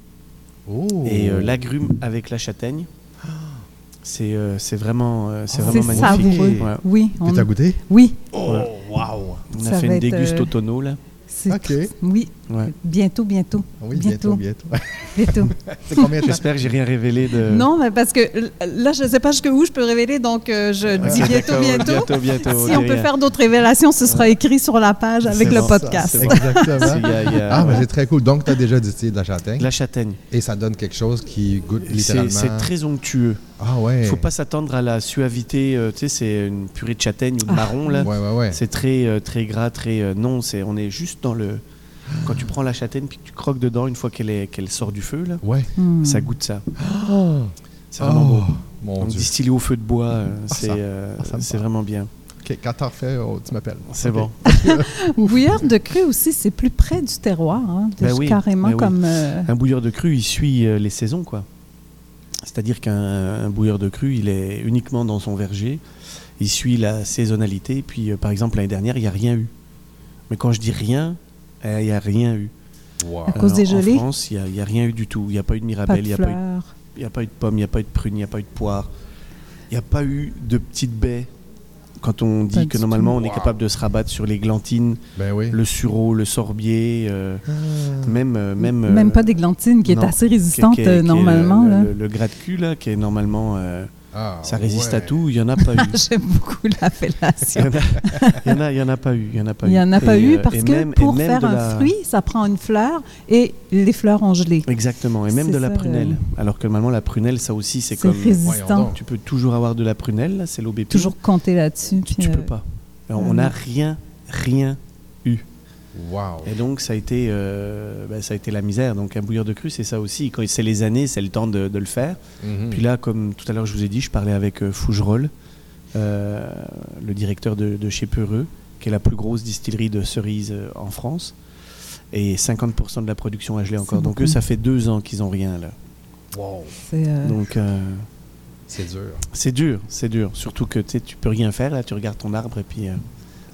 Speaker 1: Oh!
Speaker 3: Et euh, l'agrume avec la châtaigne, c'est euh, c'est vraiment, euh, c'est
Speaker 1: Oh.
Speaker 3: vraiment
Speaker 2: C'est
Speaker 3: magnifique.
Speaker 1: savoureux.
Speaker 3: Ouais.
Speaker 2: oui.
Speaker 1: Puis
Speaker 2: on-
Speaker 1: t'as goûté?
Speaker 2: Oui,
Speaker 1: Oh, wow!
Speaker 3: On
Speaker 2: Ça
Speaker 3: a fait
Speaker 2: va
Speaker 3: une
Speaker 2: être,
Speaker 3: déguste
Speaker 2: euh,
Speaker 3: au tonneau, là.
Speaker 2: c'est-
Speaker 1: OK. Ah
Speaker 2: Oui,
Speaker 3: Ouais.
Speaker 2: bientôt, bientôt.
Speaker 1: Oui, bientôt, bientôt.
Speaker 2: bientôt.
Speaker 1: c'est combien de
Speaker 3: <laughs>
Speaker 1: temps?
Speaker 3: J'espère que j'ai rien révélé de.
Speaker 2: Non, mais parce que l- là, je ne sais pas jusqu'où je peux révéler, donc euh, je
Speaker 3: Ok,
Speaker 2: dis bientôt,
Speaker 3: d'accord,
Speaker 2: bientôt.
Speaker 3: bientôt, bientôt,
Speaker 2: Si on peut
Speaker 3: derrière.
Speaker 2: faire d'autres révélations, ce sera écrit sur la page avec
Speaker 3: C'est
Speaker 2: le
Speaker 3: bon, ça,
Speaker 2: podcast.
Speaker 3: c'est bon.
Speaker 1: Exactement.
Speaker 3: S'il y a- il y a-
Speaker 1: Ah, mais c'est très cool. Donc, tu as déjà distillé de la châtaigne
Speaker 3: De La châtaigne.
Speaker 1: et ça donne quelque chose qui goûte
Speaker 3: C'est
Speaker 1: littéralement.
Speaker 3: c'est très onctueux.
Speaker 1: Ah, ouais.
Speaker 3: Il faut pas s'attendre à la suavité. euh, tu sais, c'est une purée de châtaigne
Speaker 2: Ah.
Speaker 3: ou de marron, là.
Speaker 1: Ouais, ouais, ouais.
Speaker 3: C'est très, euh, très gras, très. euh, non, c'est on est juste dans le. Quand tu prends la châtaigne puis que tu croques dedans une fois qu'elle est- qu'elle sort du feu, là,
Speaker 1: Ouais.
Speaker 2: Hmm.
Speaker 3: ça goûte ça.
Speaker 1: Oh,
Speaker 3: C'est vraiment beau.
Speaker 1: mon
Speaker 3: Donc,
Speaker 1: Dieu.
Speaker 3: distillé au feu de bois, euh,
Speaker 1: Ah,
Speaker 3: c'est
Speaker 1: ça-
Speaker 3: euh,
Speaker 1: ah, ça me
Speaker 3: c'est
Speaker 1: parle.
Speaker 3: vraiment bien.
Speaker 1: OK, quand t'en refais, oh, tu m'appelles.
Speaker 3: C'est
Speaker 1: Ok.
Speaker 3: bon.
Speaker 2: Bouilleur Hmm. de cru aussi, c'est plus près du terroir, hein.
Speaker 3: Ben
Speaker 2: C'est
Speaker 3: oui,
Speaker 2: carrément
Speaker 3: ben oui.
Speaker 2: comme. euh,
Speaker 3: Un bouilleur de cru, il suit euh, les saisons, quoi. C'est-à-dire qu'un un bouilleur de cru, il est uniquement dans son verger. Il suit la saisonnalité. Puis, euh, par exemple, l'année dernière, il n'y a rien eu. Mais quand je dis rien, euh, il n'y a rien eu.
Speaker 1: Wow.
Speaker 2: À cause des
Speaker 3: euh, en
Speaker 2: gelées
Speaker 3: France, il n'y a, rien eu du tout. Il n'y a pas eu de
Speaker 2: pas de
Speaker 3: mirabelle, il n'y a, pas eu-
Speaker 2: fleurs.
Speaker 3: il y a pas eu de pommes, il n'y a pas eu de prunes, il n'y a pas eu de poires. Il n'y a pas eu de petites baies. Quand on dit
Speaker 2: Pas
Speaker 3: que
Speaker 2: du
Speaker 3: normalement,
Speaker 2: tout.
Speaker 3: on est
Speaker 1: Wow.
Speaker 3: capable de se rabattre sur les glantines,
Speaker 1: Ben oui.
Speaker 3: le sureau, le sorbier, euh,
Speaker 1: Ah.
Speaker 3: même, euh, même, euh,
Speaker 2: Même pas d'églantine qui
Speaker 3: non.
Speaker 2: est assez
Speaker 3: qui est-
Speaker 2: résistante
Speaker 3: qui est-
Speaker 2: euh,
Speaker 3: qui est
Speaker 2: normalement.
Speaker 3: le,
Speaker 2: là.
Speaker 3: Le, le gras de cul, là, qui est normalement. euh,
Speaker 1: Ah,
Speaker 3: ça résiste à
Speaker 1: ouais.
Speaker 3: tout, il n'y en a pas
Speaker 2: <laughs>
Speaker 3: eu.
Speaker 2: <laughs> J'aime beaucoup
Speaker 3: Il
Speaker 2: l'appellation.
Speaker 3: n'y en, a- il y en a- il y en a pas eu. Il n'y en a pas
Speaker 2: Il n'y
Speaker 3: eu.
Speaker 2: en a pas
Speaker 3: Et,
Speaker 2: eu
Speaker 3: euh,
Speaker 2: parce
Speaker 3: et
Speaker 2: que
Speaker 3: même- et
Speaker 2: pour
Speaker 3: même
Speaker 2: faire
Speaker 3: de
Speaker 2: un
Speaker 3: la-
Speaker 2: fruit, ça prend une fleur et les fleurs ont gelé.
Speaker 3: Exactement, et même
Speaker 2: C'est
Speaker 3: de la
Speaker 2: ça,
Speaker 3: prunelle.
Speaker 2: euh.
Speaker 3: Alors que normalement, la prunelle, ça aussi, c'est
Speaker 2: C'est
Speaker 3: comme.
Speaker 1: voyons
Speaker 2: résistant.
Speaker 1: donc.
Speaker 3: Tu peux toujours avoir de la prunelle, là, c'est l'aubépine.
Speaker 2: Toujours compter là-dessus. puis,
Speaker 3: Tu
Speaker 2: euh,
Speaker 3: peux pas. Alors, on n'a rien, rien, U.
Speaker 1: Wow.
Speaker 3: Et donc, ça a été, euh, bah, ça a été la misère. Donc, un bouilleur de cru, c'est ça aussi. Quand c'est les années, c'est le temps de, de le faire.
Speaker 1: Mhm.
Speaker 3: Puis là, comme tout à l'heure, je vous ai dit, je parlais avec euh, Fougerolles, euh, le directeur de, de chez Peureux, qui est la plus grosse distillerie de cerises euh, en France. Et 50% de la production à gelée encore. Donc,
Speaker 2: beaucoup.
Speaker 3: eux, ça fait deux ans qu'ils n'ont rien là.
Speaker 1: Wow.
Speaker 2: C'est,
Speaker 1: Ah.
Speaker 2: euh,
Speaker 3: Donc, euh,
Speaker 1: C'est dur.
Speaker 3: c'est dur, c'est dur. Surtout que tu sais, tu peux rien faire là. Tu regardes ton arbre et puis euh,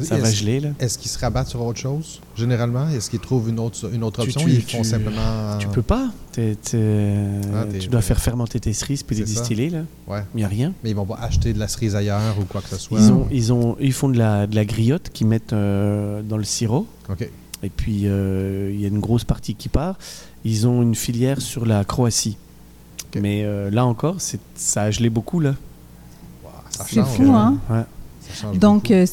Speaker 3: ça va
Speaker 1: Est-ce-
Speaker 3: geler là.
Speaker 1: Est-ce qu'ils se rabattent sur autre chose, généralement? Est-ce qu'ils trouvent une autre, une autre
Speaker 3: Tu-
Speaker 1: option?
Speaker 3: tu-
Speaker 1: Ils font
Speaker 3: tu-
Speaker 1: simplement...
Speaker 3: Tu peux pas. T'es- t'es-
Speaker 1: Ah, t'es-
Speaker 3: tu dois faire fermenter tes cerises puis les
Speaker 1: C'est ça.
Speaker 3: distiller là.
Speaker 1: Ouais.
Speaker 3: Il n'y a rien.
Speaker 1: Mais ils vont pas acheter de la cerise ailleurs ou quoi que ce soit.
Speaker 3: Ils, ont, ils, ont, ils font de la, de la griotte qu'ils mettent euh, dans le sirop.
Speaker 1: OK.
Speaker 3: Et puis, euh, il y a une grosse partie qui part. Ils ont une filière sur la Croatie.
Speaker 1: Ok.
Speaker 3: Mais euh, là encore, c'est- ça a gelé beaucoup. Là.
Speaker 1: Wow, ça
Speaker 2: C'est
Speaker 1: change.
Speaker 2: fou,
Speaker 1: euh,
Speaker 2: hein?
Speaker 3: Ouais.
Speaker 1: ça change
Speaker 2: Donc,
Speaker 1: beaucoup.
Speaker 2: euh,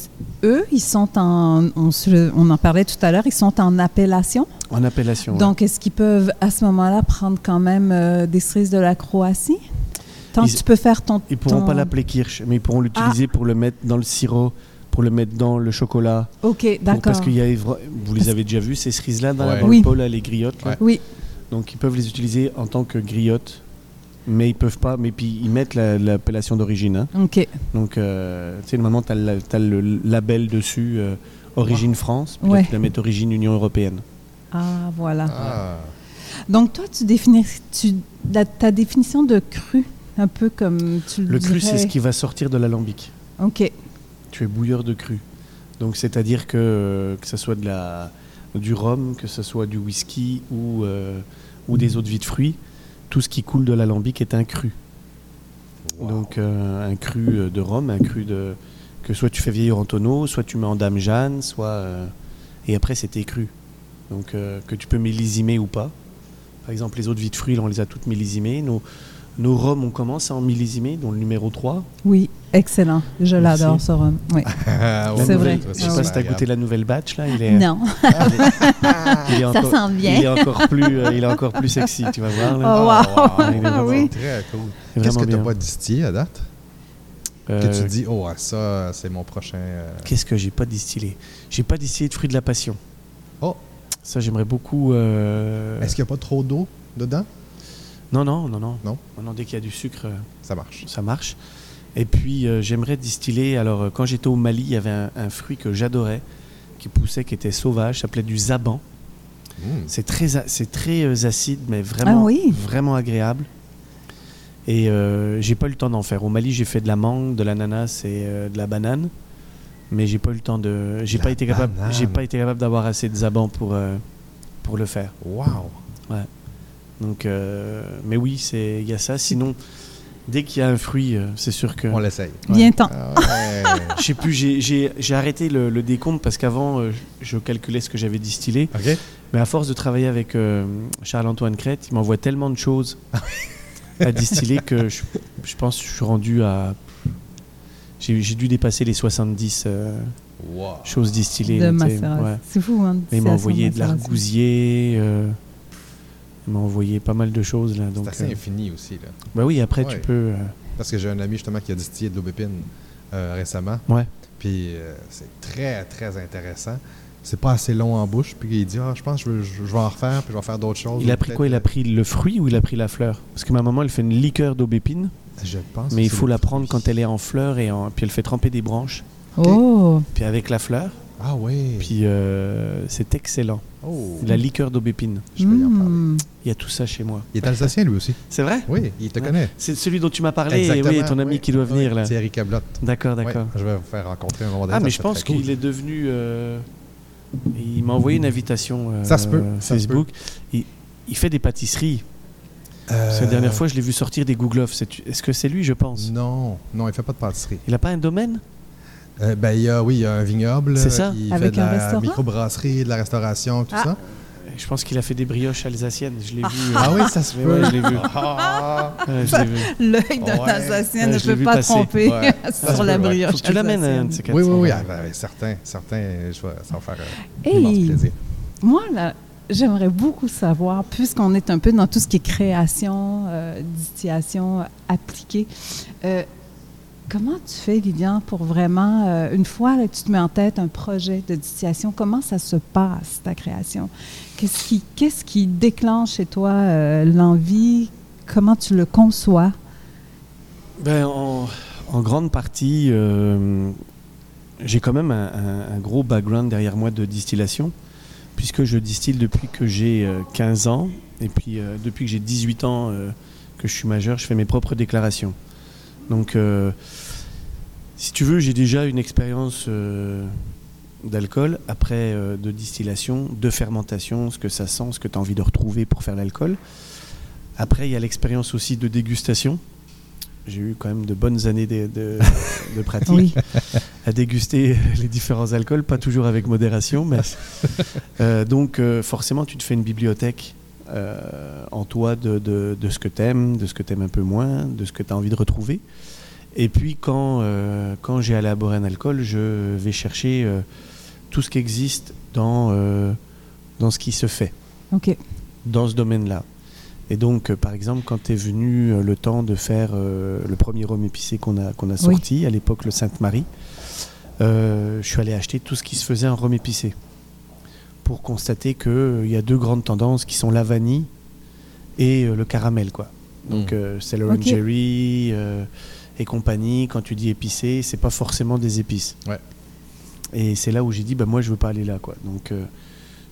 Speaker 2: eux, ils sont en, on, se- on en parlait tout à l'heure, ils sont en appellation.
Speaker 3: En appellation. ouais.
Speaker 2: Donc, est-ce qu'ils peuvent, à ce moment-là, prendre quand même euh, des cerises de la Croatie? Tant
Speaker 3: Ils-
Speaker 2: que tu peux faire ton...
Speaker 3: Ils pourront
Speaker 2: ton- Ah.
Speaker 3: pas l'appeler Kirsch, mais ils pourront l'utiliser pour le mettre dans le sirop, pour le mettre dans le chocolat.
Speaker 2: OK,
Speaker 3: pour-
Speaker 2: d'accord.
Speaker 3: parce qu'il y a, vra- vous les
Speaker 2: Parce-
Speaker 3: avez déjà vues, ces cerises-là, dans, la-
Speaker 1: Ouais.
Speaker 3: dans
Speaker 2: Oui.
Speaker 3: le pot, là, les griottes. là.
Speaker 1: Ouais.
Speaker 2: Oui,
Speaker 3: Donc, ils peuvent les utiliser en tant que griottes. Mais ils peuvent pas, mais puis ils mettent la- l'appellation d'origine. hein.
Speaker 2: OK.
Speaker 3: Donc, euh, tu sais, normalement, tu as, le label dessus, euh, Origine France, puis là,
Speaker 2: Ouais.
Speaker 3: tu la mets Origine Union Européenne.
Speaker 2: Ah, voilà.
Speaker 3: euh,
Speaker 1: Ah,
Speaker 2: Donc, toi, tu définis... Tu, la- ta définition de cru, un peu comme tu le
Speaker 3: Le cru,
Speaker 2: dirais.
Speaker 3: c'est ce qui va sortir de l'alambic.
Speaker 2: OK.
Speaker 3: Tu es bouilleur de cru. Donc, c'est-à-dire que, euh, que ce soit de la, du rhum, que ce soit du whisky ou, euh, ou des eaux de vie de fruits, tout ce qui coule de l'alambic est un cru.
Speaker 1: wow.
Speaker 3: Donc, euh, un cru euh, de rhum, un cru de. que soit tu fais vieillir en tonneau, soit tu mets en dame Jeanne, soit. euh, et après, c'est tes crus. Donc, euh, que tu peux millisimer ou pas. Par exemple, les autres vites fruits, là, on les a toutes millésimées. Nos, nos rhums, on commence à en millisimer, dont le numéro 3.
Speaker 2: Oui, excellent. Je
Speaker 3: Merci.
Speaker 2: l'adore, ce rhum.
Speaker 3: <laughs>
Speaker 2: Oui.
Speaker 1: Ah,
Speaker 2: C'est
Speaker 1: ouais,
Speaker 2: vrai.
Speaker 1: ouais,
Speaker 3: Je
Speaker 1: c'est
Speaker 3: sais pas
Speaker 2: ouais.
Speaker 3: si tu as goûté la nouvelle batch, là. <laughs> Il est,
Speaker 2: Non. <laughs>
Speaker 3: il est
Speaker 2: Ça
Speaker 3: encore,
Speaker 2: sent bien.
Speaker 3: euh, Il est, encore plus, euh, il est encore plus sexy, tu vas voir. là.
Speaker 2: Oh, wow.
Speaker 1: Ah,
Speaker 3: Il est <laughs> vraiment-
Speaker 2: Oui.
Speaker 1: Très cool.
Speaker 3: il est
Speaker 1: Qu'est-ce que
Speaker 3: vraiment
Speaker 1: tu n'as
Speaker 3: bien.
Speaker 1: pas distillé à date? Que
Speaker 3: Euh,
Speaker 1: tu dis, oh, ah, ça, c'est mon prochain... euh,
Speaker 3: Qu'est-ce que j'ai pas distillé J'ai pas distillé de fruits de la passion.
Speaker 1: Oh.
Speaker 3: Ça, j'aimerais beaucoup. euh,
Speaker 1: Est-ce qu'il n'y a pas trop d'eau dedans?
Speaker 3: Non, non, non, non.
Speaker 1: Non.
Speaker 3: non dès qu'il y a du sucre, euh,
Speaker 1: Ça marche.
Speaker 3: ça marche. Et puis, euh, j'aimerais distiller. Alors, euh, quand j'étais au Mali, il y avait un, un fruit que j'adorais, qui poussait, qui était sauvage, ça s'appelait du zaban.
Speaker 1: Mm.
Speaker 3: C'est très, a- c'est très euh, acide, mais vraiment,
Speaker 2: Ah oui.
Speaker 3: vraiment agréable. Et euh, j'ai pas eu le temps d'en faire. Au Mali, j'ai fait de la mangue, de l'ananas et euh, de la banane, mais j'ai pas eu le temps de. J'ai
Speaker 1: La
Speaker 3: pas été capable. J'ai
Speaker 1: banane.
Speaker 3: pas été capable d'avoir assez de zaban pour euh, pour le faire.
Speaker 1: Wow.
Speaker 3: Donc, euh, mais oui, c'est il y a ça. Sinon, dès qu'il y a un fruit, euh, c'est sûr que.
Speaker 1: On l'essaye.
Speaker 2: Bien temps.
Speaker 1: Ah, ouais.
Speaker 3: <laughs> Je sais plus. j'ai- J'ai j'ai arrêté le, le décompte parce qu'avant, euh, je calculais ce que j'avais distillé.
Speaker 1: OK?
Speaker 3: Mais à force de travailler avec euh, Charles-Antoine Crête, il m'envoie tellement
Speaker 1: <laughs>
Speaker 3: de choses à distiller que je, je pense que je suis rendu à. J'ai j'ai dû dépasser les 70 euh,
Speaker 1: Wow.
Speaker 3: choses distillées.
Speaker 2: De
Speaker 3: là, tu sais,
Speaker 2: macération.
Speaker 3: ouais.
Speaker 2: C'est fou, hein?
Speaker 3: Mais il
Speaker 2: c'est
Speaker 3: m'a envoyé
Speaker 2: assez
Speaker 3: de
Speaker 2: macération.
Speaker 3: l'argousier. euh, il m'a envoyé pas mal de choses. Là, donc,
Speaker 1: C'est assez
Speaker 3: euh,
Speaker 1: infini aussi, là.
Speaker 3: bah oui, après, tu
Speaker 1: Ouais.
Speaker 3: peux. euh,
Speaker 1: Parce que j'ai un ami justement qui a distillé de l'aubépine euh, récemment.
Speaker 3: Ouais.
Speaker 1: Puis euh, c'est très, très intéressant. C'est pas assez long en bouche. Puis il dit Ah, je pense que je, veux- je- je vais en refaire, puis je vais en faire d'autres choses.
Speaker 3: Il a
Speaker 1: Ou
Speaker 3: pris
Speaker 1: peut-être,
Speaker 3: quoi Il a
Speaker 1: euh,
Speaker 3: pris le fruit ou il a pris la fleur Parce que ma maman, elle fait une liqueur d'aubépine,
Speaker 1: Je pense.
Speaker 3: mais
Speaker 1: que
Speaker 3: il
Speaker 1: c'est
Speaker 3: faut
Speaker 1: le
Speaker 3: la prendre
Speaker 1: fruit.
Speaker 3: quand elle est en fleur et en- puis elle fait tremper des branches.
Speaker 2: Oh!
Speaker 3: Puis avec la fleur,
Speaker 1: Ah oui.
Speaker 3: puis euh, c'est excellent.
Speaker 1: oh,
Speaker 3: La liqueur d'aubépine.
Speaker 1: je vais y en parler.
Speaker 2: Hmm.
Speaker 3: Il y a tout ça chez moi.
Speaker 1: Il est alsacien lui aussi.
Speaker 3: C'est vrai
Speaker 1: Oui, il te
Speaker 3: Ouais.
Speaker 1: connaît.
Speaker 3: C'est celui dont tu m'as parlé, et
Speaker 1: Exactement,
Speaker 3: oui, ton ami
Speaker 1: oui,
Speaker 3: qui doit
Speaker 1: oui,
Speaker 3: venir là.
Speaker 1: Thierry Cablotte.
Speaker 3: D'accord,
Speaker 1: Ouais,
Speaker 3: d'accord.
Speaker 1: je vais vous faire rencontrer un moment donné.
Speaker 3: Ah,
Speaker 1: ça
Speaker 3: mais
Speaker 1: serait
Speaker 3: je pense
Speaker 1: très cool.
Speaker 3: qu'il est devenu. euh, Il m'a envoyé une invitation euh,
Speaker 1: Ça se peut, ça se
Speaker 3: Facebook. Il, il fait des pâtisseries.
Speaker 1: Euh,
Speaker 3: Parce que La dernière fois, je l'ai vu sortir des Google Off. C'est- Est-ce que c'est lui, je pense
Speaker 1: Non, non, il fait pas de pâtisserie.
Speaker 3: Il n'a pas un domaine
Speaker 1: Euh, ben, il y a, oui, il y a un vignoble.
Speaker 3: C'est ça.
Speaker 1: Il
Speaker 2: Avec
Speaker 1: fait de
Speaker 2: un
Speaker 1: la
Speaker 2: restaurant?
Speaker 1: microbrasserie, de la restauration, tout
Speaker 2: Ah.
Speaker 1: ça.
Speaker 3: Je pense qu'il a fait des brioches alsaciennes. Je
Speaker 1: <laughs>
Speaker 3: l'ai vu.
Speaker 1: Ah
Speaker 3: euh,
Speaker 1: oui, ça se
Speaker 3: mais
Speaker 1: peut.
Speaker 3: ouais, je l'ai vu. <laughs>
Speaker 1: Ah.
Speaker 3: Ouais, je l'ai vu.
Speaker 2: L'œil d'un
Speaker 1: Ouais.
Speaker 2: assassin
Speaker 3: Ouais,
Speaker 2: ne
Speaker 3: je l'ai
Speaker 2: peut
Speaker 3: vu
Speaker 2: pas
Speaker 3: passer.
Speaker 2: tromper
Speaker 1: Ouais. Ça se
Speaker 2: <laughs> sur la
Speaker 1: peut, ouais.
Speaker 2: brioche.
Speaker 3: Faut que tu l'amènes à un de ces quatre,
Speaker 1: Oui, oui,
Speaker 3: on
Speaker 1: oui,
Speaker 3: va-
Speaker 1: ah, ben, ben, certain, certain. Je vais s'en faire un
Speaker 2: Hey.
Speaker 1: immense plaisir.
Speaker 2: Moi, là, j'aimerais beaucoup savoir, puisqu'on est un peu dans tout ce qui est création, euh, distillation euh, appliquée, euh, Comment tu fais, Lilian, pour vraiment, euh, une fois là, que tu te mets en tête un projet de distillation, comment ça se passe, ta création? Qu'est-ce qui, qu'est-ce qui déclenche chez toi euh, l'envie? Comment tu le conçois?
Speaker 3: Ben, en, en grande partie, euh, j'ai quand même un, un- un gros background derrière moi de distillation, puisque je distille depuis que j'ai euh, 15 ans, et puis euh, depuis que j'ai 18 ans euh, que je suis majeur, je fais mes propres déclarations. Donc, euh, si tu veux, j'ai déjà une expérience euh, d'alcool, après euh, de distillation, de fermentation, ce que ça sent, ce que tu as envie de retrouver pour faire l'alcool. Après, il y a l'expérience aussi de dégustation. J'ai eu quand même de bonnes années de, de- de pratique
Speaker 2: Oui.
Speaker 3: à déguster <laughs> les différents alcools, pas toujours avec modération, mais Euh, donc euh, forcément tu te fais une bibliothèque euh, en toi de, de- de ce que t'aimes, de ce que t'aimes un peu moins, de ce que tu as envie de retrouver. Et puis quand, euh, quand j'ai élaboré un alcool, je vais chercher euh, tout ce qui existe dans, euh, dans ce qui se fait
Speaker 2: OK.
Speaker 3: dans ce domaine-là. Et donc, euh, par exemple, quand est venu euh, le temps de faire euh, le premier rhum épicé qu'on a, qu'on a sorti, à l'époque le Sainte-Marie, euh, je suis allé acheter tout ce qui se faisait en rhum épicé pour constater qu'il y a deux grandes tendances qui sont la vanille et euh, le caramel. quoi. Donc,
Speaker 4: Mm.
Speaker 3: euh, c'est
Speaker 2: Ok.
Speaker 3: Jerry euh, et compagnie, quand tu dis épicé, c'est pas forcément des épices.
Speaker 4: Ouais.
Speaker 3: Et c'est là où j'ai dit, bah, moi, je veux pas aller là. quoi. Donc, euh,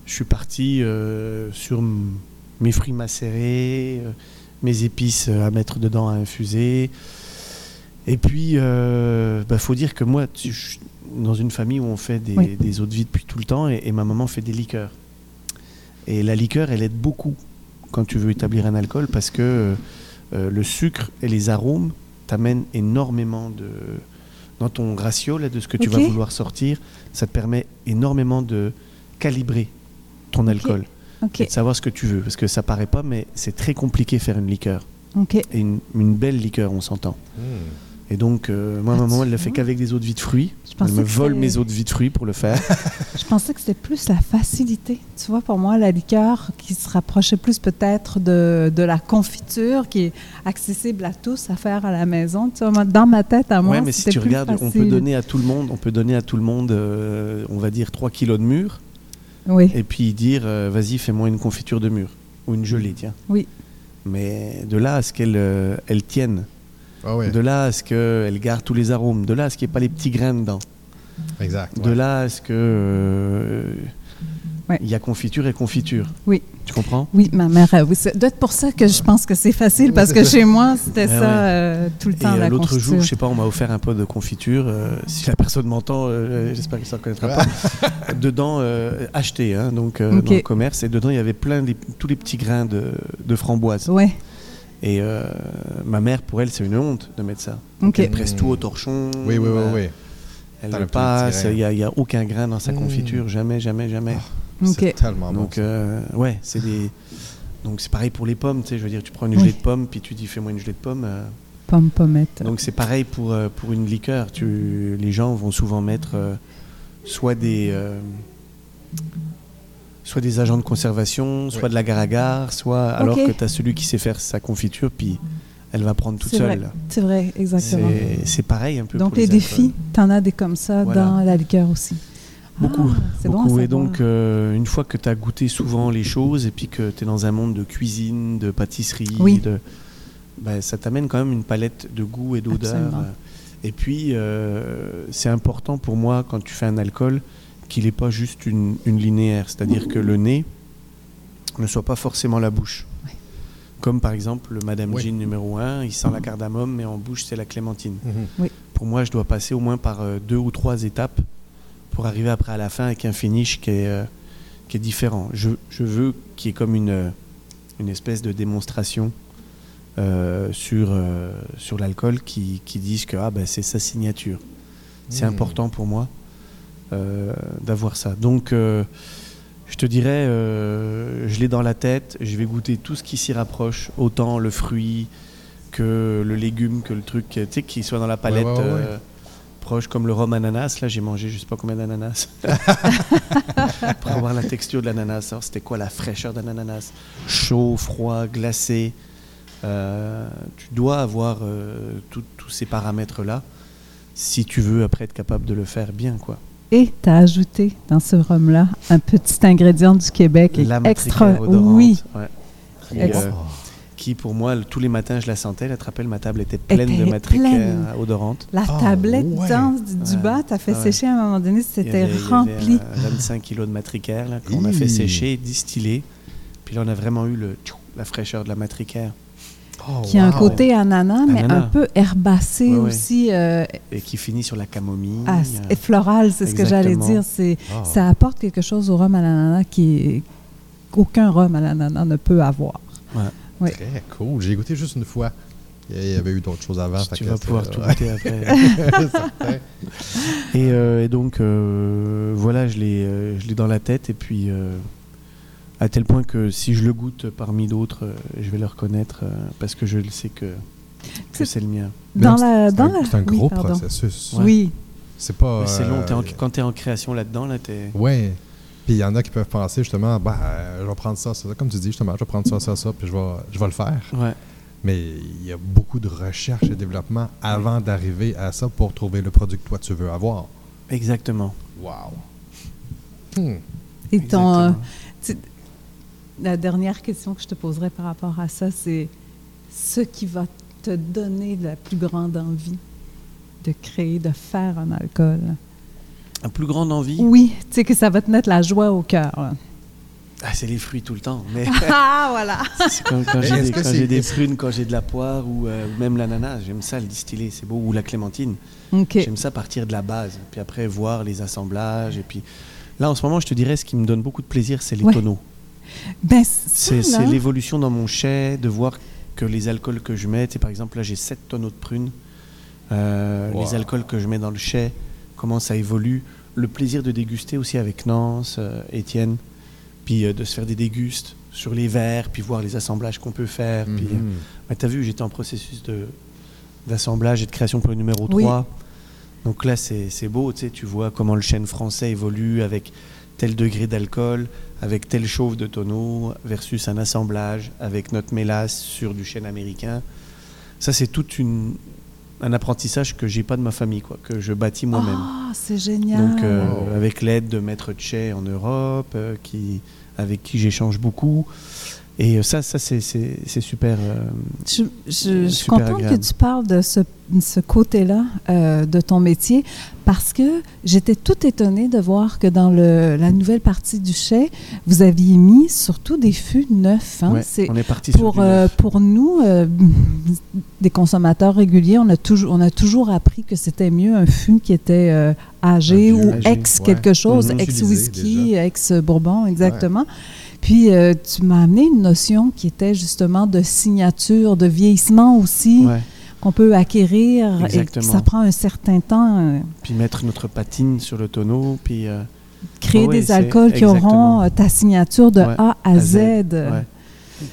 Speaker 3: je suis parti euh, sur m- mes fruits macérés, euh, mes épices euh, à mettre dedans, à infuser. Et puis, il faut dire que moi, tu- je suis dans une famille où on fait des,
Speaker 2: Oui.
Speaker 3: des eaux de vie depuis tout le temps, et, et ma maman fait des liqueurs. Et la liqueur, elle aide beaucoup quand tu veux établir un alcool, parce que euh, euh, le sucre et les arômes t'amènent énormément de... Dans ton ratio là, de ce que tu
Speaker 2: Ok.
Speaker 3: vas vouloir sortir, ça te permet énormément de calibrer ton alcool et <laughs>
Speaker 2: OK.
Speaker 3: de savoir ce que tu veux. Parce que ça paraît pas, mais c'est très compliqué faire une liqueur.
Speaker 2: OK.
Speaker 3: Et une, une belle liqueur, on s'entend.
Speaker 1: Hmm.
Speaker 3: Et donc, euh, moi,
Speaker 2: Ah,
Speaker 3: maman,
Speaker 2: tu
Speaker 3: elle le fait
Speaker 2: vois.
Speaker 3: qu'avec des eaux de vie de fruits.
Speaker 2: Je
Speaker 3: Elle
Speaker 2: pensais
Speaker 3: me
Speaker 2: que
Speaker 3: vole
Speaker 2: c'est-
Speaker 3: mes eaux de vie de fruits pour le faire.
Speaker 2: Je pensais que c'était plus la facilité. Tu vois, pour moi, la liqueur qui se rapprochait plus peut-être de, de la confiture qui est accessible à tous à faire à la maison. Tu vois, moi, dans ma tête, à moi,
Speaker 3: ouais, mais si
Speaker 2: c'était
Speaker 3: tu
Speaker 2: plus
Speaker 3: regardes, on peut
Speaker 2: facile.
Speaker 3: donner à tout le monde, on peut donner à tout le monde, euh, on va dire 3 kilos de mûres,
Speaker 2: Oui,
Speaker 3: et puis dire, euh, vas-y, fais-moi une confiture de mûres. Ou une gelée, tiens.
Speaker 2: Oui.
Speaker 3: Mais de là à ce qu'elle euh, elle tienne,
Speaker 1: Ah ouais,
Speaker 3: de là à ce qu'elle garde tous les arômes, de là à ce qu'il n'y ait pas les petits grains dedans.
Speaker 1: exact.
Speaker 3: De là à ce que. euh, Il
Speaker 2: Ouais.
Speaker 3: y a confiture et confiture.
Speaker 2: Oui.
Speaker 3: Tu comprends
Speaker 2: oui, ma mère, euh, oui. C'est doit être pour ça que je pense que c'est facile, parce que chez moi, c'était
Speaker 3: Ouais,
Speaker 2: ça
Speaker 3: ouais.
Speaker 2: euh, tout le
Speaker 3: Et
Speaker 2: temps,
Speaker 3: euh,
Speaker 2: la
Speaker 3: l'autre jour,
Speaker 2: confiture.
Speaker 3: je sais pas, on m'a offert un pot de confiture. euh, si la personne m'entend, euh, j'espère qu'elle ne reconnaîtra
Speaker 2: <laughs>
Speaker 3: pas. dedans, euh, acheté, hein, donc euh,
Speaker 2: Ok.
Speaker 3: dans le commerce. Et dedans, il y avait plein des- tous les petits grains de, de framboise.
Speaker 2: Ouais,
Speaker 3: Et euh, ma mère, pour elle, c'est une honte de mettre ça.
Speaker 2: OK.
Speaker 3: Elle presse tout au torchon.
Speaker 1: Oui, oui, oui,
Speaker 3: euh,
Speaker 1: oui.
Speaker 3: Elle
Speaker 1: T'as
Speaker 3: le
Speaker 1: le plein de hein. petits
Speaker 3: passe.
Speaker 1: grains.
Speaker 3: Il n'y a, il y a aucun grain dans sa
Speaker 1: Mm.
Speaker 2: Hmm.
Speaker 3: confiture. Jamais, jamais, jamais.
Speaker 1: C'est
Speaker 2: OK.
Speaker 1: tellement bon.
Speaker 3: Donc, euh, ouais, c'est des. Donc, c'est pareil pour les pommes, tu sais. Je veux dire, tu prends une
Speaker 2: Oui.
Speaker 3: gelée de pommes, puis tu dis, fais-moi une gelée de pommes. euh.
Speaker 2: Pomme, pommette.
Speaker 3: Donc, c'est pareil pour, euh, pour une liqueur. Tu... Les gens vont souvent mettre euh, soit des. euh, soit des agents de conservation, soit
Speaker 1: Ouais.
Speaker 3: de la agar soit. Alors
Speaker 2: Ok.
Speaker 3: que tu as celui qui sait faire sa confiture, puis elle va prendre toute
Speaker 2: C'est vrai.
Speaker 3: seule.
Speaker 2: C'est vrai, exactement.
Speaker 3: C'est c'est pareil un peu
Speaker 2: Donc,
Speaker 3: pour
Speaker 2: les,
Speaker 3: les,
Speaker 2: défis,
Speaker 3: alcools.
Speaker 2: tu en as des comme ça
Speaker 3: Voilà.
Speaker 2: dans la liqueur aussi.
Speaker 3: Beaucoup,
Speaker 2: Ah, c'est bon à
Speaker 3: Beaucoup. et
Speaker 2: savoir.
Speaker 3: donc, euh, une fois que tu as goûté souvent les choses et puis que tu es dans un monde de cuisine, de pâtisserie,
Speaker 2: Oui.
Speaker 3: de- ben, ça t'amène quand même une palette de goûts et d'odeurs.
Speaker 2: Absolument.
Speaker 3: Et puis, euh, c'est important pour moi, quand tu fais un alcool, qu'il n'ait pas juste une, une linéaire, c'est-à-dire que le nez ne soit pas forcément la bouche.
Speaker 2: Ouais.
Speaker 3: Comme par exemple le Madame
Speaker 1: Oui.
Speaker 3: Jean numéro 1, il
Speaker 2: Mm.
Speaker 3: sent la cardamome, mais en bouche, c'est la clémentine
Speaker 1: Mhm.
Speaker 3: pour moi, je dois passer au moins par euh, deux ou trois étapes pour arriver après à la fin avec un finish qui est, euh, qui est différent. Je, je veux qu'il y ait comme une, euh, une espèce de démonstration euh, sur, euh, sur l'alcool qui, qui dise que ah, ben, c'est sa signature. C'est
Speaker 1: Hmm.
Speaker 3: important pour moi euh, d'avoir ça. Donc, euh, je te dirais, euh, je l'ai dans la tête, je vais goûter tout ce qui s'y rapproche, autant le fruit que le légume, que le truc, tu sais, qui soit dans la palette
Speaker 1: ouais, ouais.
Speaker 3: euh, proche, comme le rhum ananas. Là, j'ai mangé je sais pas
Speaker 1: <laughs>
Speaker 3: combien d'ananas pour avoir la texture de l'ananas. Alors, c'était quoi la fraîcheur d'un ananas Chaud, froid, glacé. Euh, tu dois avoir euh, tout- tous ces paramètres-là si tu veux après être capable de le faire bien, quoi.
Speaker 2: Et tu as ajouté dans ce rhum-là un petit ingrédient du Québec
Speaker 3: La
Speaker 2: extra.
Speaker 3: matricaire odorante,
Speaker 2: Oui,
Speaker 3: ouais. qui,
Speaker 2: Ex-
Speaker 3: euh, qui, pour moi, le- tous les matins, je la sentais. La trapelle, ma table était pleine
Speaker 2: Était
Speaker 3: de matricaire
Speaker 2: pleine.
Speaker 3: odorante.
Speaker 2: la
Speaker 1: Ah,
Speaker 2: tablette
Speaker 1: ouais.
Speaker 2: dense du, du
Speaker 3: Ouais.
Speaker 2: bas, tu as fait
Speaker 3: Ouais.
Speaker 2: sécher à un moment donné,
Speaker 3: Il y
Speaker 2: c'était
Speaker 3: avait- il y avait,
Speaker 2: rempli.
Speaker 3: euh, 25 kilos de matricaire là, qu'on a fait
Speaker 1: Hi.
Speaker 3: sécher, distiller. Puis là, on a vraiment eu le, tchou, la fraîcheur de la matricaire.
Speaker 1: Oh,
Speaker 2: Qui a un
Speaker 1: wow.
Speaker 2: côté ananas, mais
Speaker 3: Ananas.
Speaker 2: un peu herbacé
Speaker 3: Ouais, ouais.
Speaker 2: aussi, euh,
Speaker 3: Et qui finit sur la camomille.
Speaker 2: à-
Speaker 3: euh,
Speaker 2: et floral, Ah, c'est ce que j'allais
Speaker 3: exactement.
Speaker 2: dire. C'est
Speaker 1: Ah.
Speaker 2: Ça apporte quelque chose au rhum à l'ananas qui qu'aucun rhum à l'ananas ne peut avoir. Oui.
Speaker 1: Très cool. J'ai goûté juste une fois. Il y avait eu d'autres choses avant.
Speaker 3: tu
Speaker 1: fait que
Speaker 3: vas
Speaker 1: c'est- <laughs>
Speaker 3: pouvoir tout goûter après.
Speaker 2: Euh,
Speaker 1: Certain.
Speaker 3: Et, euh, et donc, euh, voilà, je l'ai euh, je l'ai dans la tête. Et puis, euh, à tel point que si je le goûte parmi d'autres, euh, je vais le reconnaître euh, parce que je le sais que, que
Speaker 2: C'est-
Speaker 3: c'est le mien.
Speaker 1: Mais
Speaker 2: Dans
Speaker 1: donc,
Speaker 2: la,
Speaker 1: C'est
Speaker 2: dans
Speaker 1: un,
Speaker 2: la-
Speaker 1: c'est un
Speaker 2: oui,
Speaker 1: gros
Speaker 2: pardon.
Speaker 1: processus.
Speaker 2: Oui,
Speaker 1: C'est pas.
Speaker 3: Mais c'est long.
Speaker 1: euh,
Speaker 3: t'es en- quand tu es en création là-dedans, là, t'es-
Speaker 1: Ouais. Puis il y en a qui peuvent penser justement, bah, euh, je vais prendre ça, ça, ça, comme tu dis justement, je vais prendre ça, ça, ça, puis je vais, je vais le faire.
Speaker 3: Ouais.
Speaker 1: Mais il y a beaucoup de recherche et développement avant d'arriver à ça pour trouver le produit que toi tu veux avoir.
Speaker 3: Exactement.
Speaker 1: Wow. Hmm.
Speaker 2: et ton, euh,
Speaker 3: Exactement.
Speaker 2: la dernière question que je te poserai par rapport à ça, c'est ce qui va te donner la plus grande envie de créer, de faire un alcool.
Speaker 3: Un plus grande envie,
Speaker 2: Oui, tu sais que ça va te mettre la joie au cœur. là.
Speaker 3: ah, c'est les fruits tout le temps.
Speaker 2: <laughs>
Speaker 3: Mais <laughs>
Speaker 2: Ah, voilà!
Speaker 3: c'est quand, quand
Speaker 1: Mais
Speaker 3: j'ai
Speaker 1: est-ce
Speaker 3: des,
Speaker 1: que
Speaker 3: quand
Speaker 1: c'est-
Speaker 3: j'ai des
Speaker 1: est-ce-
Speaker 3: prunes, quand j'ai de la poire ou, euh, ou même l'ananas, j'aime ça le distiller, c'est beau, ou la clémentine.
Speaker 2: OK.
Speaker 3: J'aime ça partir de la base, puis après voir les assemblages. Et puis là, en ce moment, je te dirais, ce qui me donne beaucoup de plaisir, c'est les
Speaker 2: Ouais.
Speaker 3: tonneaux.
Speaker 2: Ben,
Speaker 3: C'est
Speaker 2: c'est ça,
Speaker 3: c'est
Speaker 2: là.
Speaker 3: l'évolution dans mon chai, de voir que les alcools que je mets, tu sais, par exemple, là, j'ai 7 tonneaux de prunes. Euh,
Speaker 1: Wow.
Speaker 3: Les alcools que je mets dans le chai, comment ça évolue. Le plaisir de déguster aussi avec Nance, euh, Étienne, puis euh, de se faire des dégustes sur les verres, puis voir les assemblages qu'on peut faire. Puis, euh,
Speaker 1: Mhm.
Speaker 3: bah, T'as vu, j'étais en processus de- d'assemblage et de création pour le numéro
Speaker 2: Oui.
Speaker 3: 3. Donc là, c'est c'est beau, tu sais, tu vois comment le chêne français évolue avec tel degré d'alcool, avec tel chauffe de tonneau, versus un assemblage avec notre mélasse sur du chêne américain. Ça, c'est tout une, un apprentissage que j'ai pas de ma famille, quoi, que je bâtis moi-même.
Speaker 2: Ah, c'est génial.
Speaker 3: Donc, euh,
Speaker 1: Wow.
Speaker 3: avec l'aide de Maître Tché en Europe, euh, qui, avec qui j'échange beaucoup. Et euh, ça, ça c'est c'est- c'est super. euh,
Speaker 2: Je, je- je suis
Speaker 3: Super
Speaker 2: contente
Speaker 3: agréable.
Speaker 2: que tu parles de ce, ce côté-là euh, de ton métier parce que j'étais tout étonnée de voir que dans le, la nouvelle partie du chai, vous aviez mis surtout des fûts neufs. hein.
Speaker 3: Ouais,
Speaker 2: C'est
Speaker 3: on est parti sur
Speaker 2: pour,
Speaker 3: du
Speaker 2: euh,
Speaker 3: neuf.
Speaker 2: pour nous, euh, des consommateurs réguliers, on a, toujours, on a toujours appris que c'était mieux un fût qui était euh, âgé
Speaker 1: Un vieux
Speaker 2: ou
Speaker 1: âgé,
Speaker 2: ex
Speaker 1: ouais.
Speaker 2: quelque chose,
Speaker 3: Mhm.
Speaker 2: ex
Speaker 1: Utilisé
Speaker 2: whisky, ex bourbon, exactement. Puis euh, tu m'as amené une notion qui était justement de signature, de vieillissement aussi,
Speaker 3: Ouais.
Speaker 2: qu'on peut acquérir et
Speaker 3: Exactement.
Speaker 2: que ça prend un certain temps. euh,
Speaker 3: Puis mettre notre patine sur le tonneau, puis euh,
Speaker 2: créer
Speaker 3: Ah oui,
Speaker 2: des
Speaker 3: c'est-
Speaker 2: alcools qui auront
Speaker 3: exactement.
Speaker 2: euh, ta signature de
Speaker 3: Ouais,
Speaker 2: A à
Speaker 3: à
Speaker 2: Z.
Speaker 3: Z,
Speaker 2: Euh.
Speaker 3: ouais.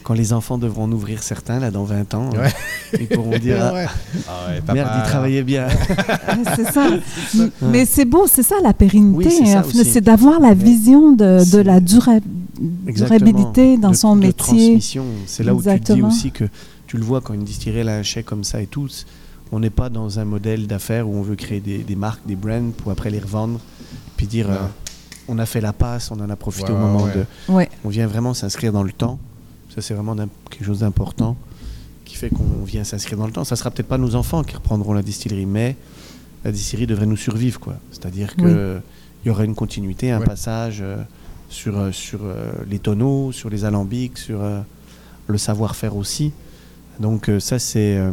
Speaker 3: quand les enfants devront en ouvrir certains là dans 20 ans,
Speaker 1: Ouais.
Speaker 3: euh, ils pourront dire ah,
Speaker 1: <laughs> ouais. Ah ouais,
Speaker 3: merde,
Speaker 1: papa.
Speaker 3: ils travaillaient bien.
Speaker 2: Ouais, Ah,
Speaker 3: <laughs>
Speaker 2: c'est ça. M- Mais c'est beau, c'est ça la pérennité.
Speaker 3: Oui, c'est ça
Speaker 2: hein.
Speaker 3: aussi.
Speaker 2: C'est d'avoir la
Speaker 3: Mais
Speaker 2: vision de, de
Speaker 3: c'est-
Speaker 2: la dura-
Speaker 3: Exactement.
Speaker 2: durabilité <laughs> dans
Speaker 3: De-
Speaker 2: son
Speaker 3: de
Speaker 2: métier.
Speaker 3: transmission. C'est là où tu
Speaker 2: Exactement.
Speaker 3: dis aussi que tu le vois quand une distillerie a un chèque comme ça et tout. c- On n'est pas dans un modèle d'affaires où on veut créer des, des marques, des brands pour après les revendre, puis dire
Speaker 1: Non.
Speaker 3: euh, on a fait la passe, on en a profité
Speaker 1: Ouais,
Speaker 3: au moment
Speaker 1: ouais.
Speaker 3: de.
Speaker 2: Ouais.
Speaker 3: On vient vraiment s'inscrire dans le temps. Ça, c'est vraiment d'im- quelque chose d'important qui fait qu'on vient s'inscrire dans le temps. Ça sera peut-être pas nos enfants qui reprendront la distillerie, mais la distillerie devrait nous survivre, quoi. C'est-à-dire qu'il
Speaker 2: Oui.
Speaker 3: y aura une continuité, un
Speaker 1: Ouais.
Speaker 3: passage euh, sur, euh, sur euh, les tonneaux, sur les alambics, sur euh, le savoir-faire aussi. Donc euh, ça, c'est... euh,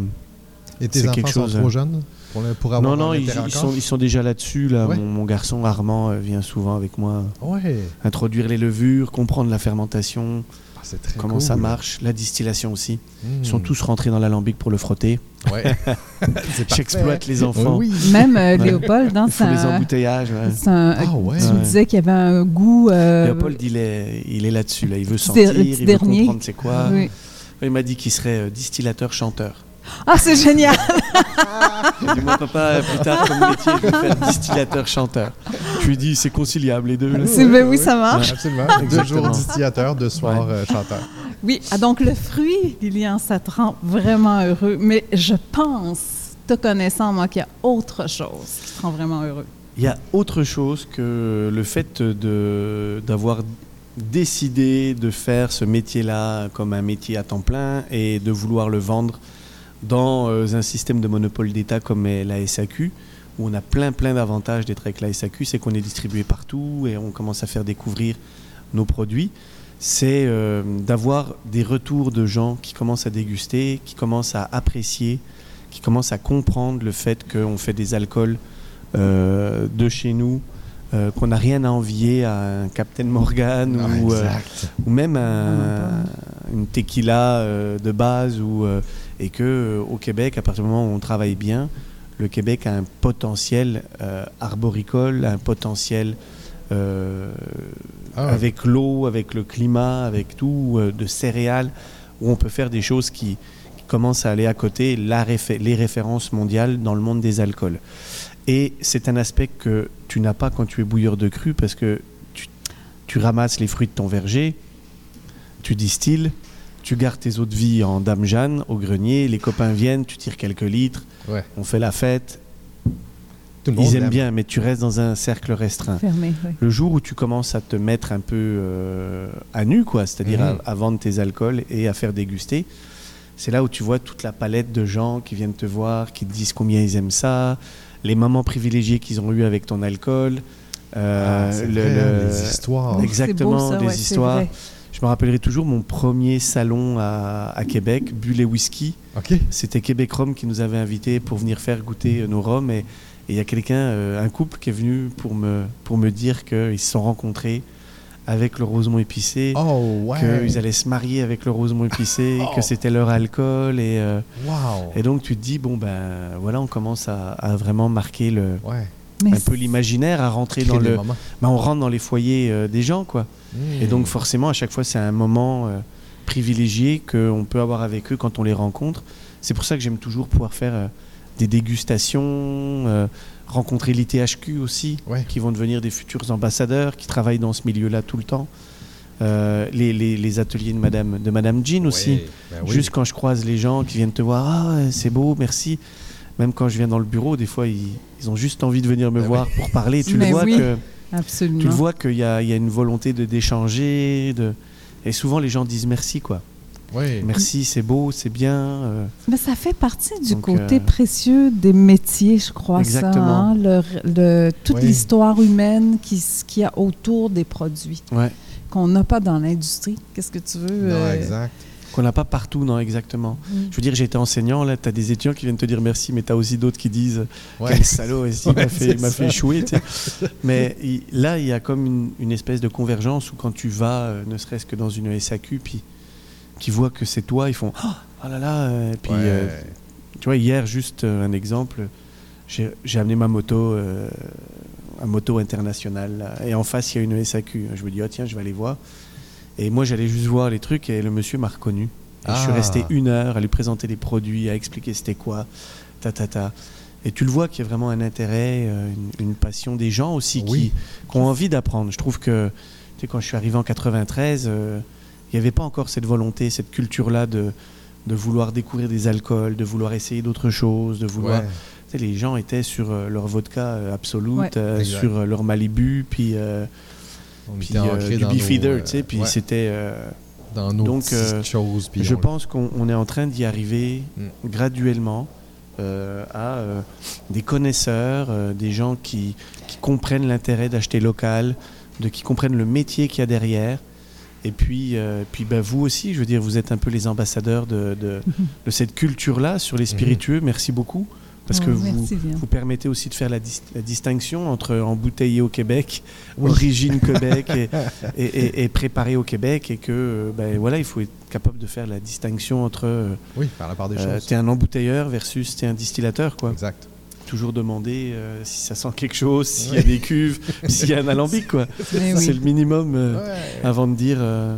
Speaker 1: Et tes
Speaker 3: c'est
Speaker 1: enfants
Speaker 3: quelque
Speaker 1: sont
Speaker 3: chose,
Speaker 1: trop
Speaker 3: hein.
Speaker 1: jeunes pour, le- pour
Speaker 3: Non,
Speaker 1: avoir
Speaker 3: non,
Speaker 1: un
Speaker 3: ils,
Speaker 1: intérêt
Speaker 3: ils
Speaker 1: encore?
Speaker 3: sont, ils sont déjà là-dessus. Là.
Speaker 1: Ouais.
Speaker 3: Mon, mon garçon Armand euh, vient souvent avec moi
Speaker 1: Ouais.
Speaker 3: introduire les levures, comprendre la fermentation,
Speaker 1: Ah, c'est très
Speaker 3: comment
Speaker 1: cool.
Speaker 3: ça marche, la distillation aussi.
Speaker 1: Hmm.
Speaker 3: Ils sont tous rentrés dans l'alambic pour le frotter. <laughs>
Speaker 1: Ouais. C'est parfait.
Speaker 3: J'exploite les enfants.
Speaker 1: Oui.
Speaker 2: Même euh, Léopold, dans
Speaker 3: Il faut les
Speaker 2: sa.
Speaker 3: embouteillages. ouais.
Speaker 2: c'est un- euh,
Speaker 1: Ah ouais.
Speaker 2: Tu me
Speaker 3: Ouais.
Speaker 2: disais qu'il y avait un goût. euh,
Speaker 3: Léopold, il est, il est là-dessus. Là. Il veut
Speaker 2: Petit
Speaker 3: sentir,
Speaker 2: der-
Speaker 3: il
Speaker 2: petit
Speaker 3: veut
Speaker 2: dernier.
Speaker 3: comprendre c'est quoi.
Speaker 2: oui.
Speaker 3: Il m'a dit qu'il serait euh, distillateur-chanteur. <laughs>
Speaker 2: Ah, c'est génial!
Speaker 3: Dis-moi, papa, euh, plus tard, comme métier, je vais faire distillateur-chanteur. Je lui ai dit, c'est conciliable les deux. là.
Speaker 2: C'est- ben oui, ça marche.
Speaker 3: <laughs>
Speaker 1: Absolument. Deux
Speaker 3: Exactement.
Speaker 1: jours distillateur, deux soirs euh, chanteur.
Speaker 2: Oui, ah, donc le fruit, Lilian, ça te rend vraiment heureux. Mais je pense te te connaissant, moi, qu'il y a autre chose qui te rend vraiment heureux.
Speaker 3: Il y a autre chose que le fait de, d'avoir décidé de faire ce métier-là comme un métier à temps plein et de vouloir le vendre dans euh, un système de monopole d'État comme est la SAQ, où on a plein plein d'avantages d'être avec la SAQ, c'est qu'on est distribué partout et on commence à faire découvrir nos produits. C'est euh, d'avoir des retours de gens qui commencent à déguster, qui commencent à apprécier, qui commencent à comprendre le fait qu'on fait des alcools euh, de chez nous, euh, qu'on n'a rien à envier à un Captain Morgan
Speaker 1: Ouais,
Speaker 3: ou, euh,
Speaker 1: Ah, exact.
Speaker 3: ou même un- une tequila euh, de base ou, euh, et que euh, au Québec, à partir du moment où on travaille bien, le Québec a un potentiel euh, arboricole, un potentiel euh,
Speaker 1: Ah,
Speaker 3: avec l'eau, avec le climat, avec tout, euh, de céréales, où on peut faire des choses qui, qui commencent à aller à côté la réfé- les références mondiales dans le monde des alcools. Et c'est un aspect que tu n'as pas quand tu es bouilleur de cru, parce que tu, tu ramasses les fruits de ton verger, tu distilles, tu gardes tes eaux de vie en Dame Jeanne, au grenier, les copains viennent, tu tires quelques litres,
Speaker 1: ouais.
Speaker 3: on fait la fête,
Speaker 1: Tout le monde
Speaker 3: ils aiment
Speaker 1: l'aime.
Speaker 3: bien, mais tu restes dans un cercle restreint
Speaker 2: Fermé, oui.
Speaker 3: le jour où tu commences à te mettre un peu euh, à nu, quoi, c'est-à-dire
Speaker 1: Mhm.
Speaker 3: à, à vendre tes alcools et à faire déguster, c'est là où tu vois toute la palette de gens qui viennent te voir, qui te disent combien ils aiment ça, les moments privilégiés qu'ils ont eu avec ton alcool. euh,
Speaker 1: Ah, c'est
Speaker 3: le-
Speaker 1: vrai, hein,
Speaker 3: le-
Speaker 1: les histoires.
Speaker 2: Oh,
Speaker 3: Exactement,
Speaker 2: c'est beau, ça,
Speaker 3: des
Speaker 2: ouais, c'est
Speaker 3: histoires.
Speaker 2: vrai.
Speaker 3: Je me rappellerai toujours mon premier salon à, à Québec, Bulle et Whisky.
Speaker 1: OK.
Speaker 3: C'était Québec Rome qui nous avait invités pour venir faire goûter euh, nos rhums. Et et il y a quelqu'un, euh, un couple qui est venu pour me, pour me dire qu'ils se sont rencontrés avec le rosemont épicé,
Speaker 1: Oh, ouais.
Speaker 3: qu'ils allaient se marier avec le rosemont épicé,
Speaker 1: <laughs> Oh.
Speaker 3: que c'était leur alcool. Et, euh,
Speaker 1: Wow.
Speaker 3: et donc tu te dis, bon ben voilà, on commence à, à vraiment marquer le,
Speaker 1: Ouais.
Speaker 2: Mais
Speaker 3: un peu l'imaginaire, à rentrer
Speaker 1: Créer
Speaker 3: dans
Speaker 1: des
Speaker 3: le...
Speaker 1: moments.
Speaker 3: Ben, on rentre dans les foyers euh, des gens, quoi.
Speaker 1: Mm.
Speaker 3: Et donc forcément, à chaque fois, c'est un moment euh, privilégié qu'on peut avoir avec eux quand on les rencontre. C'est pour ça que j'aime toujours pouvoir faire euh, des dégustations, euh, rencontrer l'ITHQ aussi,
Speaker 1: Ouais.
Speaker 3: qui vont devenir des futurs ambassadeurs, qui travaillent dans ce milieu-là tout le temps. Euh, les, les- les ateliers de Madame, de Madame Jean aussi.
Speaker 1: Ouais, ben oui.
Speaker 3: Juste quand je croise les gens qui viennent te voir, ah ouais, c'est beau, merci. Même quand je viens dans le bureau, des fois ils, ils ont juste envie de venir me
Speaker 1: Ben
Speaker 3: voir pour parler. Tu le
Speaker 2: Mais
Speaker 3: vois
Speaker 2: oui.
Speaker 3: que
Speaker 2: absolument.
Speaker 3: tu le vois qu'il y a, il y a une volonté de d'échanger, de... et souvent les gens disent merci quoi.
Speaker 1: Ouais.
Speaker 3: Merci, c'est beau, c'est bien. euh,
Speaker 2: Mais ça fait partie du
Speaker 3: Donc,
Speaker 2: côté
Speaker 3: euh,
Speaker 2: précieux des métiers, je crois.
Speaker 3: Exactement.
Speaker 2: Ça, hein, le- le- toute
Speaker 1: Oui.
Speaker 2: l'histoire humaine qui s- qu'il y a autour des produits
Speaker 3: ouais,
Speaker 2: qu'on n'a pas dans l'industrie. Qu'est-ce que tu veux?
Speaker 1: Non,
Speaker 2: euh,
Speaker 1: exact.
Speaker 3: qu'on n'a pas partout, non exactement. Je veux dire, j'étais enseignant, là, tu as des étudiants qui viennent te dire merci, mais tu as aussi d'autres qui disent
Speaker 1: Ouais.
Speaker 3: quel salaud, est-ce qu'il
Speaker 1: <laughs> Ouais,
Speaker 3: m'a fait, il
Speaker 1: c'est
Speaker 3: m'a
Speaker 1: ça.
Speaker 3: fait échouer. tu
Speaker 1: <laughs>
Speaker 3: sais. mais il- là, il y a comme une, une espèce de convergence où quand tu vas, euh, ne serait-ce que dans une SAQ, puis qui voient que c'est toi, ils font oh, oh là là, euh, puis
Speaker 1: Ouais.
Speaker 3: euh, Tu vois, hier, juste euh, un exemple, j'ai j'ai amené ma moto, euh, un moto internationale, là, et en face, il y a une SAQ. Je me dis, oh, tiens, je vais aller voir. Et moi, j'allais juste voir les trucs, et le monsieur m'a reconnu. Et Je suis
Speaker 1: Ah.
Speaker 3: resté une heure à lui présenter les produits, à expliquer c'était quoi, ta ta ta. Et tu le vois qu'il y a vraiment un intérêt, euh, une, une passion des gens aussi
Speaker 1: Oui.
Speaker 3: qui, qui ont envie d'apprendre. Je trouve que, tu sais, quand je suis arrivé en 93, euh, il n'y avait pas encore cette volonté, cette culture-là de, de vouloir découvrir des alcools, de vouloir essayer d'autres choses, de vouloir.
Speaker 1: Ouais.
Speaker 3: Tu sais, les gens étaient sur euh, leur vodka euh, absolute,
Speaker 2: Ouais.
Speaker 3: euh,
Speaker 1: Exact.
Speaker 3: sur euh, leur Malibu, puis, euh,
Speaker 1: On
Speaker 3: puis
Speaker 1: était
Speaker 3: euh,
Speaker 1: ancrés
Speaker 3: du
Speaker 1: dans nos,
Speaker 3: Beefeater,
Speaker 1: euh,
Speaker 3: tu sais, puis
Speaker 1: ouais,
Speaker 3: c'était. euh,
Speaker 1: dans nos
Speaker 3: donc,
Speaker 1: petites
Speaker 3: euh,
Speaker 1: choses. puis
Speaker 3: je
Speaker 1: on-
Speaker 3: pense qu'on on est en train d'y arriver
Speaker 1: Mm.
Speaker 3: graduellement euh, à euh, des connaisseurs, euh, des gens qui, qui comprennent l'intérêt d'acheter local, de qui comprennent le métier qu'il y a derrière. Et puis, euh, puis bah, vous aussi, je veux dire, vous êtes un peu les ambassadeurs de, de, de cette culture-là sur les spiritueux. Merci beaucoup. Parce que
Speaker 2: Oh,
Speaker 3: vous, <laughs>
Speaker 2: merci bien.
Speaker 3: vous permettez aussi de faire la, dis- la distinction entre embouteillé au Québec,
Speaker 1: Oui.
Speaker 3: origine Québec
Speaker 1: <laughs>
Speaker 3: et, et- et- et préparé au Québec et que euh, ben, voilà, il faut être capable de faire la distinction entre euh,
Speaker 1: Oui, par la part des
Speaker 3: euh,
Speaker 1: choses.
Speaker 3: t'es un embouteilleur versus t'es un distillateur quoi.
Speaker 1: Exact.
Speaker 3: Toujours demander euh, si ça sent quelque chose, s'il y a des cuves,
Speaker 1: <laughs>
Speaker 3: s'il y a un alambic quoi.
Speaker 2: Mais oui.
Speaker 3: C'est le minimum euh,
Speaker 1: Ouais.
Speaker 3: avant de dire euh,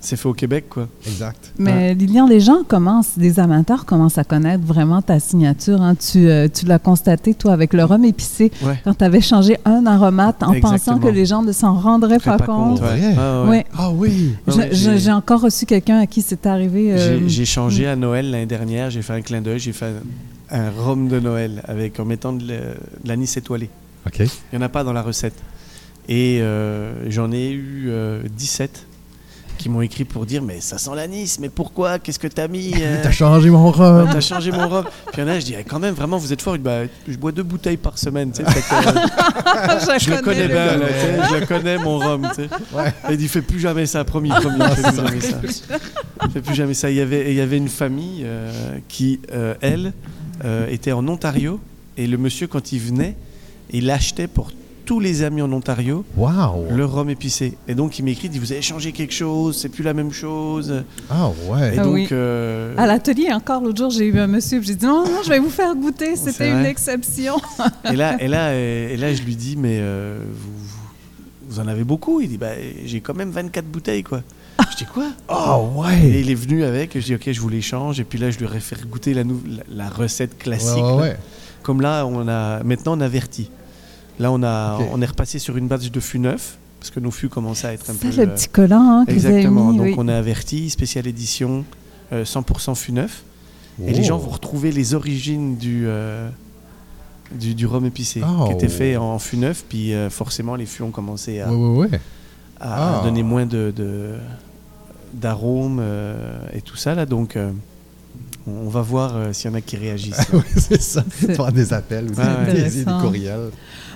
Speaker 3: c'est fait au Québec quoi.
Speaker 1: Exact.
Speaker 2: Mais Lilian, les gens commencent, les amateurs commencent à connaître vraiment ta signature. hein. Tu, euh, tu l'as constaté, toi, avec le rhum épicé,
Speaker 3: Ouais.
Speaker 2: quand tu avais changé un aromate en pensant
Speaker 3: Exactement.
Speaker 2: que les gens ne s'en rendraient
Speaker 3: Très
Speaker 2: pas, compte.
Speaker 1: ouais.
Speaker 3: ouais. Ah ouais.
Speaker 2: Ouais.
Speaker 1: Ah oui!
Speaker 3: Ouais,
Speaker 2: Je-
Speaker 3: ouais,
Speaker 2: je- J'ai encore reçu quelqu'un à qui c'est arrivé. euh,
Speaker 3: J'ai j'ai changé à Noël l'année dernière, j'ai fait un clin d'œil, j'ai fait un- un rhum de Noël avec, en mettant de l'e- de l'anis étoilé.
Speaker 1: OK.
Speaker 3: Il n'y en a pas dans la recette. Et euh, j'en ai eu euh, 17 qui m'ont écrit pour dire Mais ça sent l'anis, mais pourquoi Qu'est-ce que t'as mis euh
Speaker 1: T'as changé mon
Speaker 3: Ouais,
Speaker 1: rhum.
Speaker 3: T'as changé mon rhum. Puis il y en a, je dis, Ah, quand même, vraiment, vous êtes fort. Il dit, Bah, je bois deux bouteilles par semaine. tu sais, fait que, euh,
Speaker 2: Ah,
Speaker 3: je le connais bien,
Speaker 2: le
Speaker 3: là,
Speaker 2: gars.
Speaker 3: tu sais, je le connais, mon rhum. tu sais.
Speaker 1: Ouais.
Speaker 3: Et Il dit, fais plus jamais ça, promis, promis. Fais plus jamais ça. Fais plus jamais ça. Il y avait, il y avait une famille euh, qui, euh, elle, euh, était en Ontario. Et le monsieur, quand il venait, il achetait pour tous les amis en Ontario
Speaker 1: Wow.
Speaker 3: le rhum épicé. Et donc, il m'écrit, il dit, vous avez changé quelque chose, c'est plus la même chose.
Speaker 1: Ah
Speaker 3: Et
Speaker 1: ouais.
Speaker 2: Ah
Speaker 3: donc,
Speaker 2: oui.
Speaker 3: euh,
Speaker 2: À l'atelier, encore l'autre jour, j'ai eu un monsieur, puis j'ai dit non, non, je vais vous faire goûter,
Speaker 3: C'est
Speaker 2: c'était une
Speaker 3: vrai.
Speaker 2: exception.
Speaker 3: Et là, et là, et et là, je lui dis, mais euh, vous, vous- vous en avez beaucoup Il dit, bah, j'ai quand même 24 bouteilles, quoi. Je dis, quoi
Speaker 1: Oh
Speaker 3: Et
Speaker 1: ouais.
Speaker 3: il est venu avec, je dis, ok, je vous les change. Et puis là, je lui ai fait goûter la, nou- la, la recette classique.
Speaker 1: Ouais, ouais,
Speaker 3: là.
Speaker 1: ouais.
Speaker 3: Comme là, on a, maintenant, on avertit. Là, on, a,
Speaker 1: Ok.
Speaker 3: on est repassé sur une batch de fût neuf, parce que nos fûts commençaient à être un peu...
Speaker 2: C'est le
Speaker 3: euh,
Speaker 2: petit collant hein, qu'ils avaient
Speaker 3: exactement.
Speaker 2: mis.
Speaker 3: Donc,
Speaker 2: oui.
Speaker 3: on a averti, spéciale édition, euh, 100% fût neuf. Et
Speaker 1: Oh.
Speaker 3: les gens vont retrouver les origines du, euh, du, du rhum épicé,
Speaker 1: Oh.
Speaker 3: qui était fait en fût neuf, puis euh, forcément les fûts ont commencé à,
Speaker 1: Ouais, ouais, <laughs> ouais.
Speaker 3: à
Speaker 1: Ah.
Speaker 3: donner moins de, de- d'arômes euh, et tout ça là, donc euh, on on va voir euh, s'il y en a qui réagissent.
Speaker 1: Oui, c'est ça. Tu vas avoir des appels ou des,
Speaker 3: Ah Ouais, ouais.
Speaker 1: des- des
Speaker 2: Intéressant.
Speaker 1: courriels.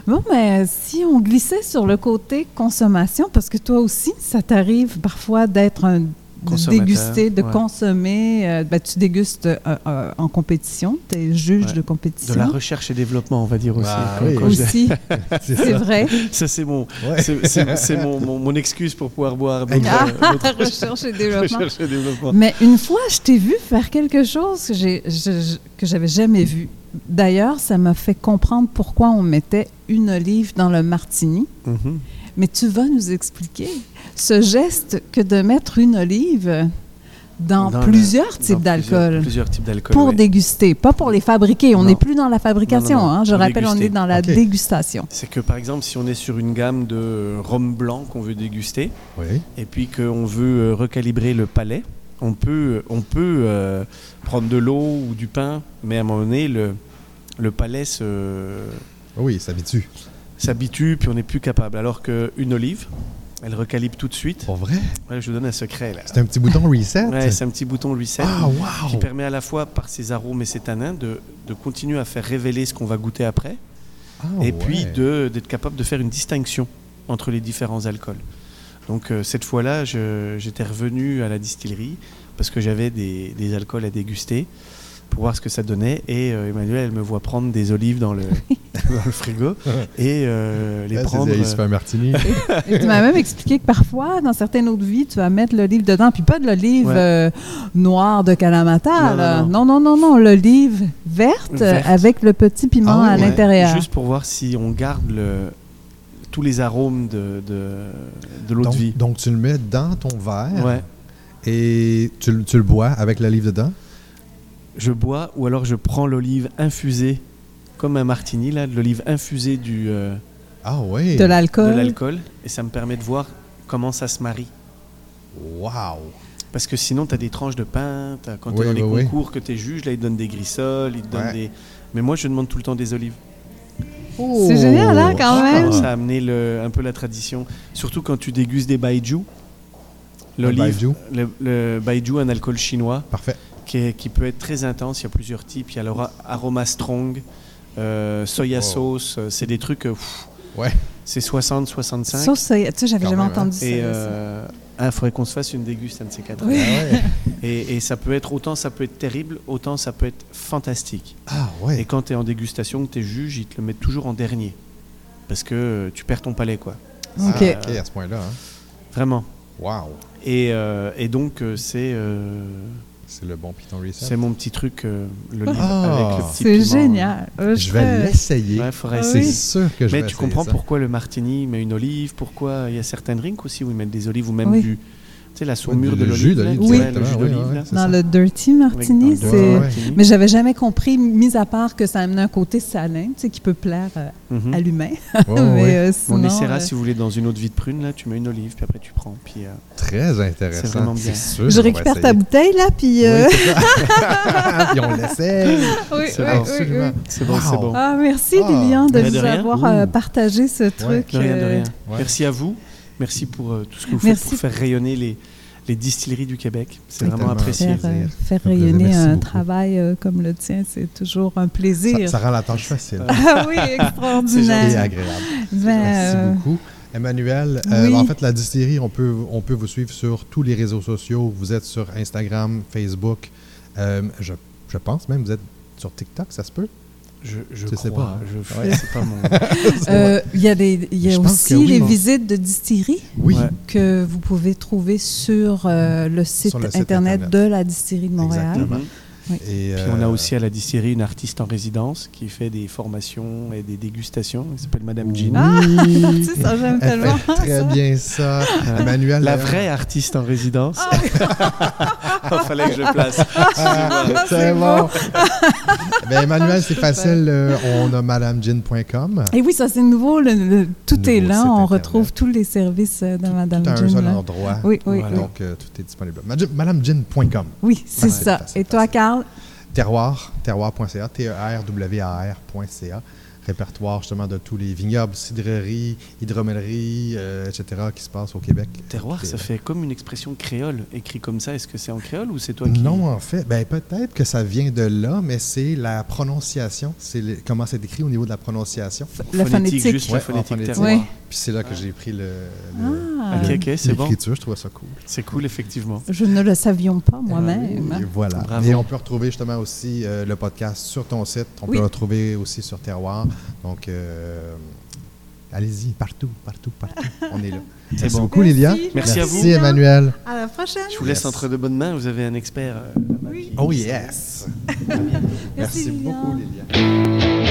Speaker 2: Bon, mais si on glissait sur le côté consommation, parce que toi aussi, ça t'arrive parfois d'être un de
Speaker 3: Consommateur,
Speaker 2: déguster, de
Speaker 3: ouais.
Speaker 2: consommer. euh, ben, tu dégustes euh, euh, en compétition, tu es juge
Speaker 3: Ouais.
Speaker 2: de
Speaker 3: de
Speaker 2: compétition.
Speaker 3: la recherche et développement, on va dire aussi.
Speaker 1: Bah
Speaker 3: Comme
Speaker 1: oui.
Speaker 3: quand je- <laughs>
Speaker 2: aussi,
Speaker 1: C'est
Speaker 2: c'est
Speaker 1: ça.
Speaker 2: vrai.
Speaker 3: Ça c'est mon,
Speaker 1: Ouais.
Speaker 2: <laughs>
Speaker 3: c'est, c'est- c'est mon, mon, mon excuse pour pouvoir boire d'autres,
Speaker 1: Exact.
Speaker 3: euh, d'autres
Speaker 2: Recherche
Speaker 3: <laughs>
Speaker 2: et Ah, développement.
Speaker 3: recherches et développement.
Speaker 2: Mais une fois, je t'ai vu faire quelque chose que j'ai- je- je- que j'avais jamais vu. D'ailleurs, ça m'a fait comprendre pourquoi on mettait une olive dans le martini.
Speaker 3: Mhm.
Speaker 2: Mais tu vas nous expliquer ce geste que de mettre une olive dans,
Speaker 3: Dans le-
Speaker 2: plusieurs
Speaker 3: Dans
Speaker 2: types
Speaker 3: Mhm. Plusieurs,
Speaker 2: d'alcool
Speaker 3: plusieurs types d'alcool.
Speaker 2: pour
Speaker 3: ouais.
Speaker 2: déguster, pas pour les fabriquer. On
Speaker 3: Non.
Speaker 2: n'est plus dans la fabrication.
Speaker 3: Non, non, non.
Speaker 2: hein. Je
Speaker 3: Pour
Speaker 2: rappelle, on
Speaker 3: déguster.
Speaker 2: est dans la
Speaker 1: Ok.
Speaker 2: dégustation.
Speaker 3: C'est que par exemple, si on est sur une gamme de euh, rhum blanc qu'on veut déguster,
Speaker 1: Oui.
Speaker 3: et puis qu'on veut euh, recalibrer le palais, on peut, on peut euh, prendre de l'eau ou du pain, mais à un moment donné, le, le palais se-
Speaker 1: Oh Oui, ça s'habitue.
Speaker 3: s'habitue, puis on n'est plus capable. Alors qu'une olive, elle recalibre tout de suite.
Speaker 1: Pour vrai?
Speaker 3: Ouais, je vous donne un secret là.
Speaker 1: C'est un petit bouton reset?
Speaker 3: Ouais, c'est un petit bouton lui
Speaker 1: Ah,
Speaker 3: qui
Speaker 1: wow!
Speaker 3: permet à la fois par ses arômes et ses tanins de, de continuer à faire révéler ce qu'on va goûter après.
Speaker 1: Ah,
Speaker 3: et
Speaker 1: ouais.
Speaker 3: puis de- d'être capable de faire une distinction entre les différents alcools. Donc euh, cette fois-là, je- j'étais revenu à la distillerie parce que j'avais des, des alcools à déguster pour voir ce que ça donnait. Et euh, Emmanuel, elle me voit prendre des olives
Speaker 1: <laughs>
Speaker 3: dans le, <laughs> dans le frigo et euh, les
Speaker 1: Ah, c'est-
Speaker 3: prendre.
Speaker 1: Il se fait
Speaker 3: euh,
Speaker 1: un martini.
Speaker 2: Et tu m'as même expliqué que parfois, dans certaines autres vies, tu vas mettre l'olive dedans, puis pas de l'olive
Speaker 3: Ouais.
Speaker 2: euh, noire de Kalamata.
Speaker 3: Non,
Speaker 2: là.
Speaker 3: non,
Speaker 2: Non, non, non, non, l'olive verte,
Speaker 3: Verte.
Speaker 2: avec le petit piment
Speaker 1: Ah
Speaker 2: à
Speaker 1: oui, ouais.
Speaker 2: l'intérieur.
Speaker 3: Juste pour voir si on garde le- tous les arômes de, de, de l'eau de
Speaker 1: Donc,
Speaker 3: vie.
Speaker 1: donc, tu le mets dans ton verre
Speaker 3: Ouais.
Speaker 1: et tu, le- tu le bois avec la l'olive dedans.
Speaker 3: je bois ou alors je prends l'olive infusée comme un martini là, de l'olive infusée du euh,
Speaker 1: Ah oui!
Speaker 2: De
Speaker 3: de
Speaker 2: l'alcool.
Speaker 3: l'alcool et ça me permet de voir comment ça se marie.
Speaker 1: Wow!
Speaker 3: Parce que sinon, tu as des tranches de pain, t'as- quand tu
Speaker 1: Oui,
Speaker 3: dans les
Speaker 1: oui, oui.
Speaker 3: concours que tu juges, là, ils te donnent des grissoles, ils te donnent
Speaker 1: Ouais.
Speaker 3: des. Mais moi, je demande tout le temps des olives. Oh.
Speaker 2: C'est génial, hein, quand
Speaker 1: Ah.
Speaker 2: même.
Speaker 3: Alors, ça a amené le- un peu la tradition. Surtout quand tu dégustes des baijiu.
Speaker 1: Le
Speaker 3: L'olive.
Speaker 1: baijiu.
Speaker 3: Le, le baijiu, un alcool chinois
Speaker 1: <laughs> Parfait.
Speaker 3: qui, est- qui peut être très intense. Il y a plusieurs types. Il y a l'aura- aroma strong, euh, soya
Speaker 1: Wow.
Speaker 3: sauce. euh, C'est des trucs. euh, pff,
Speaker 1: Ouais.
Speaker 3: C'est 60, 65.
Speaker 2: Sauce soya. Tu sais, j'avais
Speaker 1: Quand
Speaker 2: jamais
Speaker 1: même,
Speaker 2: entendu ça.
Speaker 3: hein. Et
Speaker 2: ça.
Speaker 3: euh, ah, faudrait qu'on se fasse une déguste, un de ces quatre.
Speaker 1: Ah ouais!
Speaker 3: Et, et ça peut être autant ça peut être terrible, autant ça peut être fantastique.
Speaker 1: Ah
Speaker 3: Et
Speaker 1: ouais!
Speaker 3: quand tu es en dégustation, que tu juges, ils te le mettent toujours en dernier. Parce que euh, tu perds ton palais, quoi.
Speaker 1: Ah,
Speaker 2: Ok.
Speaker 1: ok, à ce point-là. hein.
Speaker 3: Vraiment.
Speaker 1: Wow!
Speaker 3: Et, euh, et donc, euh, c'est euh,
Speaker 1: C'est le bon Python Reset.
Speaker 3: c'est mon petit truc, euh, le livre
Speaker 1: Ah.
Speaker 3: avec le petit
Speaker 2: C'est
Speaker 3: piment. hein.
Speaker 2: génial. Euh,
Speaker 1: Je
Speaker 2: serais-
Speaker 1: vais l'essayer.
Speaker 3: Ouais, faudrait
Speaker 2: Ah
Speaker 1: C'est
Speaker 3: essayer.
Speaker 2: oui.
Speaker 1: sûr que je vais
Speaker 3: Mais tu
Speaker 1: essayer
Speaker 3: comprends
Speaker 1: ça.
Speaker 3: pourquoi le martini met une olive, pourquoi il y a certains drinks aussi où ils mettent des olives ou même
Speaker 2: Oui.
Speaker 3: du, sais, la
Speaker 1: le
Speaker 3: saumure de
Speaker 1: jus Ah,
Speaker 3: l'olive. là,
Speaker 1: d'olive,
Speaker 3: tu sais,
Speaker 2: Oui.
Speaker 3: Le jus
Speaker 1: exactement,
Speaker 3: d'olive,
Speaker 1: oui,
Speaker 3: là.
Speaker 1: oui, c'est
Speaker 2: Dans
Speaker 1: ça.
Speaker 2: le dirty
Speaker 3: Avec-
Speaker 2: martini,
Speaker 3: dans le-
Speaker 2: c'est...
Speaker 1: ouais.
Speaker 3: martini.
Speaker 2: Mais j'avais jamais compris, mis à part que ça amenait un côté salin, tu sais, qui peut plaire euh,
Speaker 3: Mhm.
Speaker 2: à l'humain.
Speaker 1: Ouais, ouais,
Speaker 2: <laughs> Mais,
Speaker 1: ouais.
Speaker 2: euh,
Speaker 3: On
Speaker 2: sinon,
Speaker 3: essaiera
Speaker 2: euh,
Speaker 3: si vous voulez dans une autre vie de prune là, tu mets une olive puis après tu prends puis euh,
Speaker 1: Très intéressant.
Speaker 3: C'est vraiment bien.
Speaker 1: sûr,
Speaker 2: Je
Speaker 1: on va
Speaker 2: récupère ta
Speaker 1: essayer.
Speaker 2: bouteille, là, puis... euh,
Speaker 1: Oui, c'est ça. Puis on l'essaye.
Speaker 2: oui,
Speaker 3: c'est
Speaker 2: oui,
Speaker 3: bon,
Speaker 2: oui,
Speaker 1: absolument.
Speaker 2: oui.
Speaker 3: c'est bon,
Speaker 1: Wow.
Speaker 3: c'est bon.
Speaker 2: Ah, merci,
Speaker 1: Ah,
Speaker 2: Lilian, de
Speaker 3: mais de
Speaker 2: nous
Speaker 3: rien.
Speaker 2: avoir euh,
Speaker 1: Ouh.
Speaker 2: partagé ce truc.
Speaker 3: De rien, de
Speaker 2: euh,
Speaker 3: rien.
Speaker 1: Ouais.
Speaker 3: Merci à vous. Merci pour euh, tout ce que vous
Speaker 2: Merci.
Speaker 3: faites pour faire rayonner les, les distilleries du Québec. C'est
Speaker 1: Oui,
Speaker 3: vraiment
Speaker 1: tellement.
Speaker 3: apprécié.
Speaker 2: Faire,
Speaker 1: plaisir.
Speaker 2: euh,
Speaker 1: Un
Speaker 2: faire
Speaker 1: plaisir,
Speaker 2: rayonner
Speaker 1: merci
Speaker 2: un
Speaker 1: beaucoup.
Speaker 2: travail euh, comme le tien, c'est toujours un
Speaker 1: Ça,
Speaker 2: plaisir.
Speaker 1: ça rend la tâche facile
Speaker 2: <laughs> Ah oui,
Speaker 1: et
Speaker 2: extraordinaire.
Speaker 1: agréable.
Speaker 2: Ben,
Speaker 1: Merci
Speaker 2: euh,
Speaker 1: beaucoup. Emmanuel, euh,
Speaker 2: oui.
Speaker 1: en fait, la distillerie, on peut, on peut vous suivre sur tous les réseaux sociaux. Vous êtes sur Instagram, Facebook. Euh, je, je pense même, vous êtes sur TikTok, ça se peut?
Speaker 3: Je, je
Speaker 1: Tu sais
Speaker 3: crois,
Speaker 1: pas, hein.
Speaker 3: je fais,
Speaker 1: Ouais.
Speaker 3: c'est pas mon.
Speaker 2: euh, Il y a, des, il y a
Speaker 1: Je pense
Speaker 2: aussi
Speaker 1: que oui,
Speaker 2: les
Speaker 1: bon.
Speaker 2: visites de distillerie
Speaker 1: Oui.
Speaker 3: Ouais.
Speaker 2: que vous pouvez trouver sur euh, le site,
Speaker 1: Sur le site
Speaker 2: internet,
Speaker 1: Internet.
Speaker 2: de la distillerie de Montréal.
Speaker 1: Exactement.
Speaker 3: Mhm.
Speaker 1: Et, euh,
Speaker 3: Puis on a aussi à la distillerie une artiste en résidence qui fait des formations et des dégustations. Elle s'appelle Madame Jean.
Speaker 2: Ah, <laughs>
Speaker 1: Oui.
Speaker 2: tu sais, ça, j'aime
Speaker 1: Elle
Speaker 2: tellement
Speaker 1: fait très
Speaker 2: ça.
Speaker 1: bien ça. <laughs>
Speaker 3: Euh,
Speaker 1: Emmanuel,
Speaker 3: La
Speaker 1: euh,
Speaker 3: vraie artiste en résidence. <laughs> Fallait que je place.
Speaker 1: Ah,
Speaker 2: c'est
Speaker 1: c'est bon. <laughs> ben,
Speaker 3: Ah,
Speaker 1: Emmanuel, c'est facile. euh, on a madamegin.com.
Speaker 2: Et oui, ça c'est nouveau, le- le- tout
Speaker 1: Nouveau
Speaker 2: est
Speaker 1: site
Speaker 2: là, on
Speaker 1: Internet.
Speaker 2: retrouve tous les services euh, de Madame
Speaker 1: Tout à un
Speaker 2: Jean.
Speaker 1: seul
Speaker 2: là.
Speaker 1: endroit.
Speaker 2: Oui, oui,
Speaker 3: Voilà.
Speaker 2: oui,
Speaker 1: Donc, euh, tout est disponible. Madame- Madamegin.com.
Speaker 2: oui, c'est
Speaker 3: Ouais.
Speaker 2: ça.
Speaker 1: Facile,
Speaker 2: Et toi,
Speaker 1: facile.
Speaker 2: Carl,
Speaker 1: Terroir, terroir.ca, T-E-R-W-A-R.ca. Répertoire justement de tous les vignobles, cidreries, hydromelleries, euh, etc. qui se passent au Québec.
Speaker 3: Terroir,
Speaker 1: Puis,
Speaker 3: ça
Speaker 1: euh,
Speaker 3: fait comme une expression créole, écrit comme ça. Est-ce que c'est en créole ou c'est toi qui
Speaker 1: Non, en fait, ben, peut-être que ça vient de là, mais c'est la prononciation, c'est le- comment c'est écrit au niveau de la prononciation.
Speaker 2: la
Speaker 3: juste
Speaker 2: phonétique.
Speaker 1: Ouais,
Speaker 3: la
Speaker 1: en
Speaker 3: phonétique
Speaker 1: phonétique.
Speaker 3: terroir.
Speaker 2: Oui.
Speaker 1: Puis c'est là que j'ai pris le, le-
Speaker 2: Ah,
Speaker 3: Ok, ok, c'est bon.
Speaker 1: l'écriture, je trouvais ça cool.
Speaker 3: C'est cool, effectivement.
Speaker 2: Je ne le savions pas moi-même.
Speaker 1: Et voilà.
Speaker 3: Bravo.
Speaker 1: Et on peut retrouver justement aussi euh, le podcast sur ton site. On
Speaker 2: Oui.
Speaker 1: peut le retrouver aussi sur Terroir. Donc, euh, allez-y, partout, partout, partout. On est là.
Speaker 3: C'est
Speaker 1: Merci
Speaker 3: bon.
Speaker 1: beaucoup, Lilia.
Speaker 2: Merci,
Speaker 3: Merci à vous.
Speaker 1: Merci, Emmanuel.
Speaker 2: À la prochaine.
Speaker 3: Je vous laisse
Speaker 1: Yes.
Speaker 3: entre de bonnes mains. Vous avez un expert. euh, là-bas
Speaker 2: Oui.
Speaker 3: qui-
Speaker 1: Oh yes. Merci,
Speaker 2: Lilian.
Speaker 1: beaucoup, Lilia.
Speaker 2: Merci.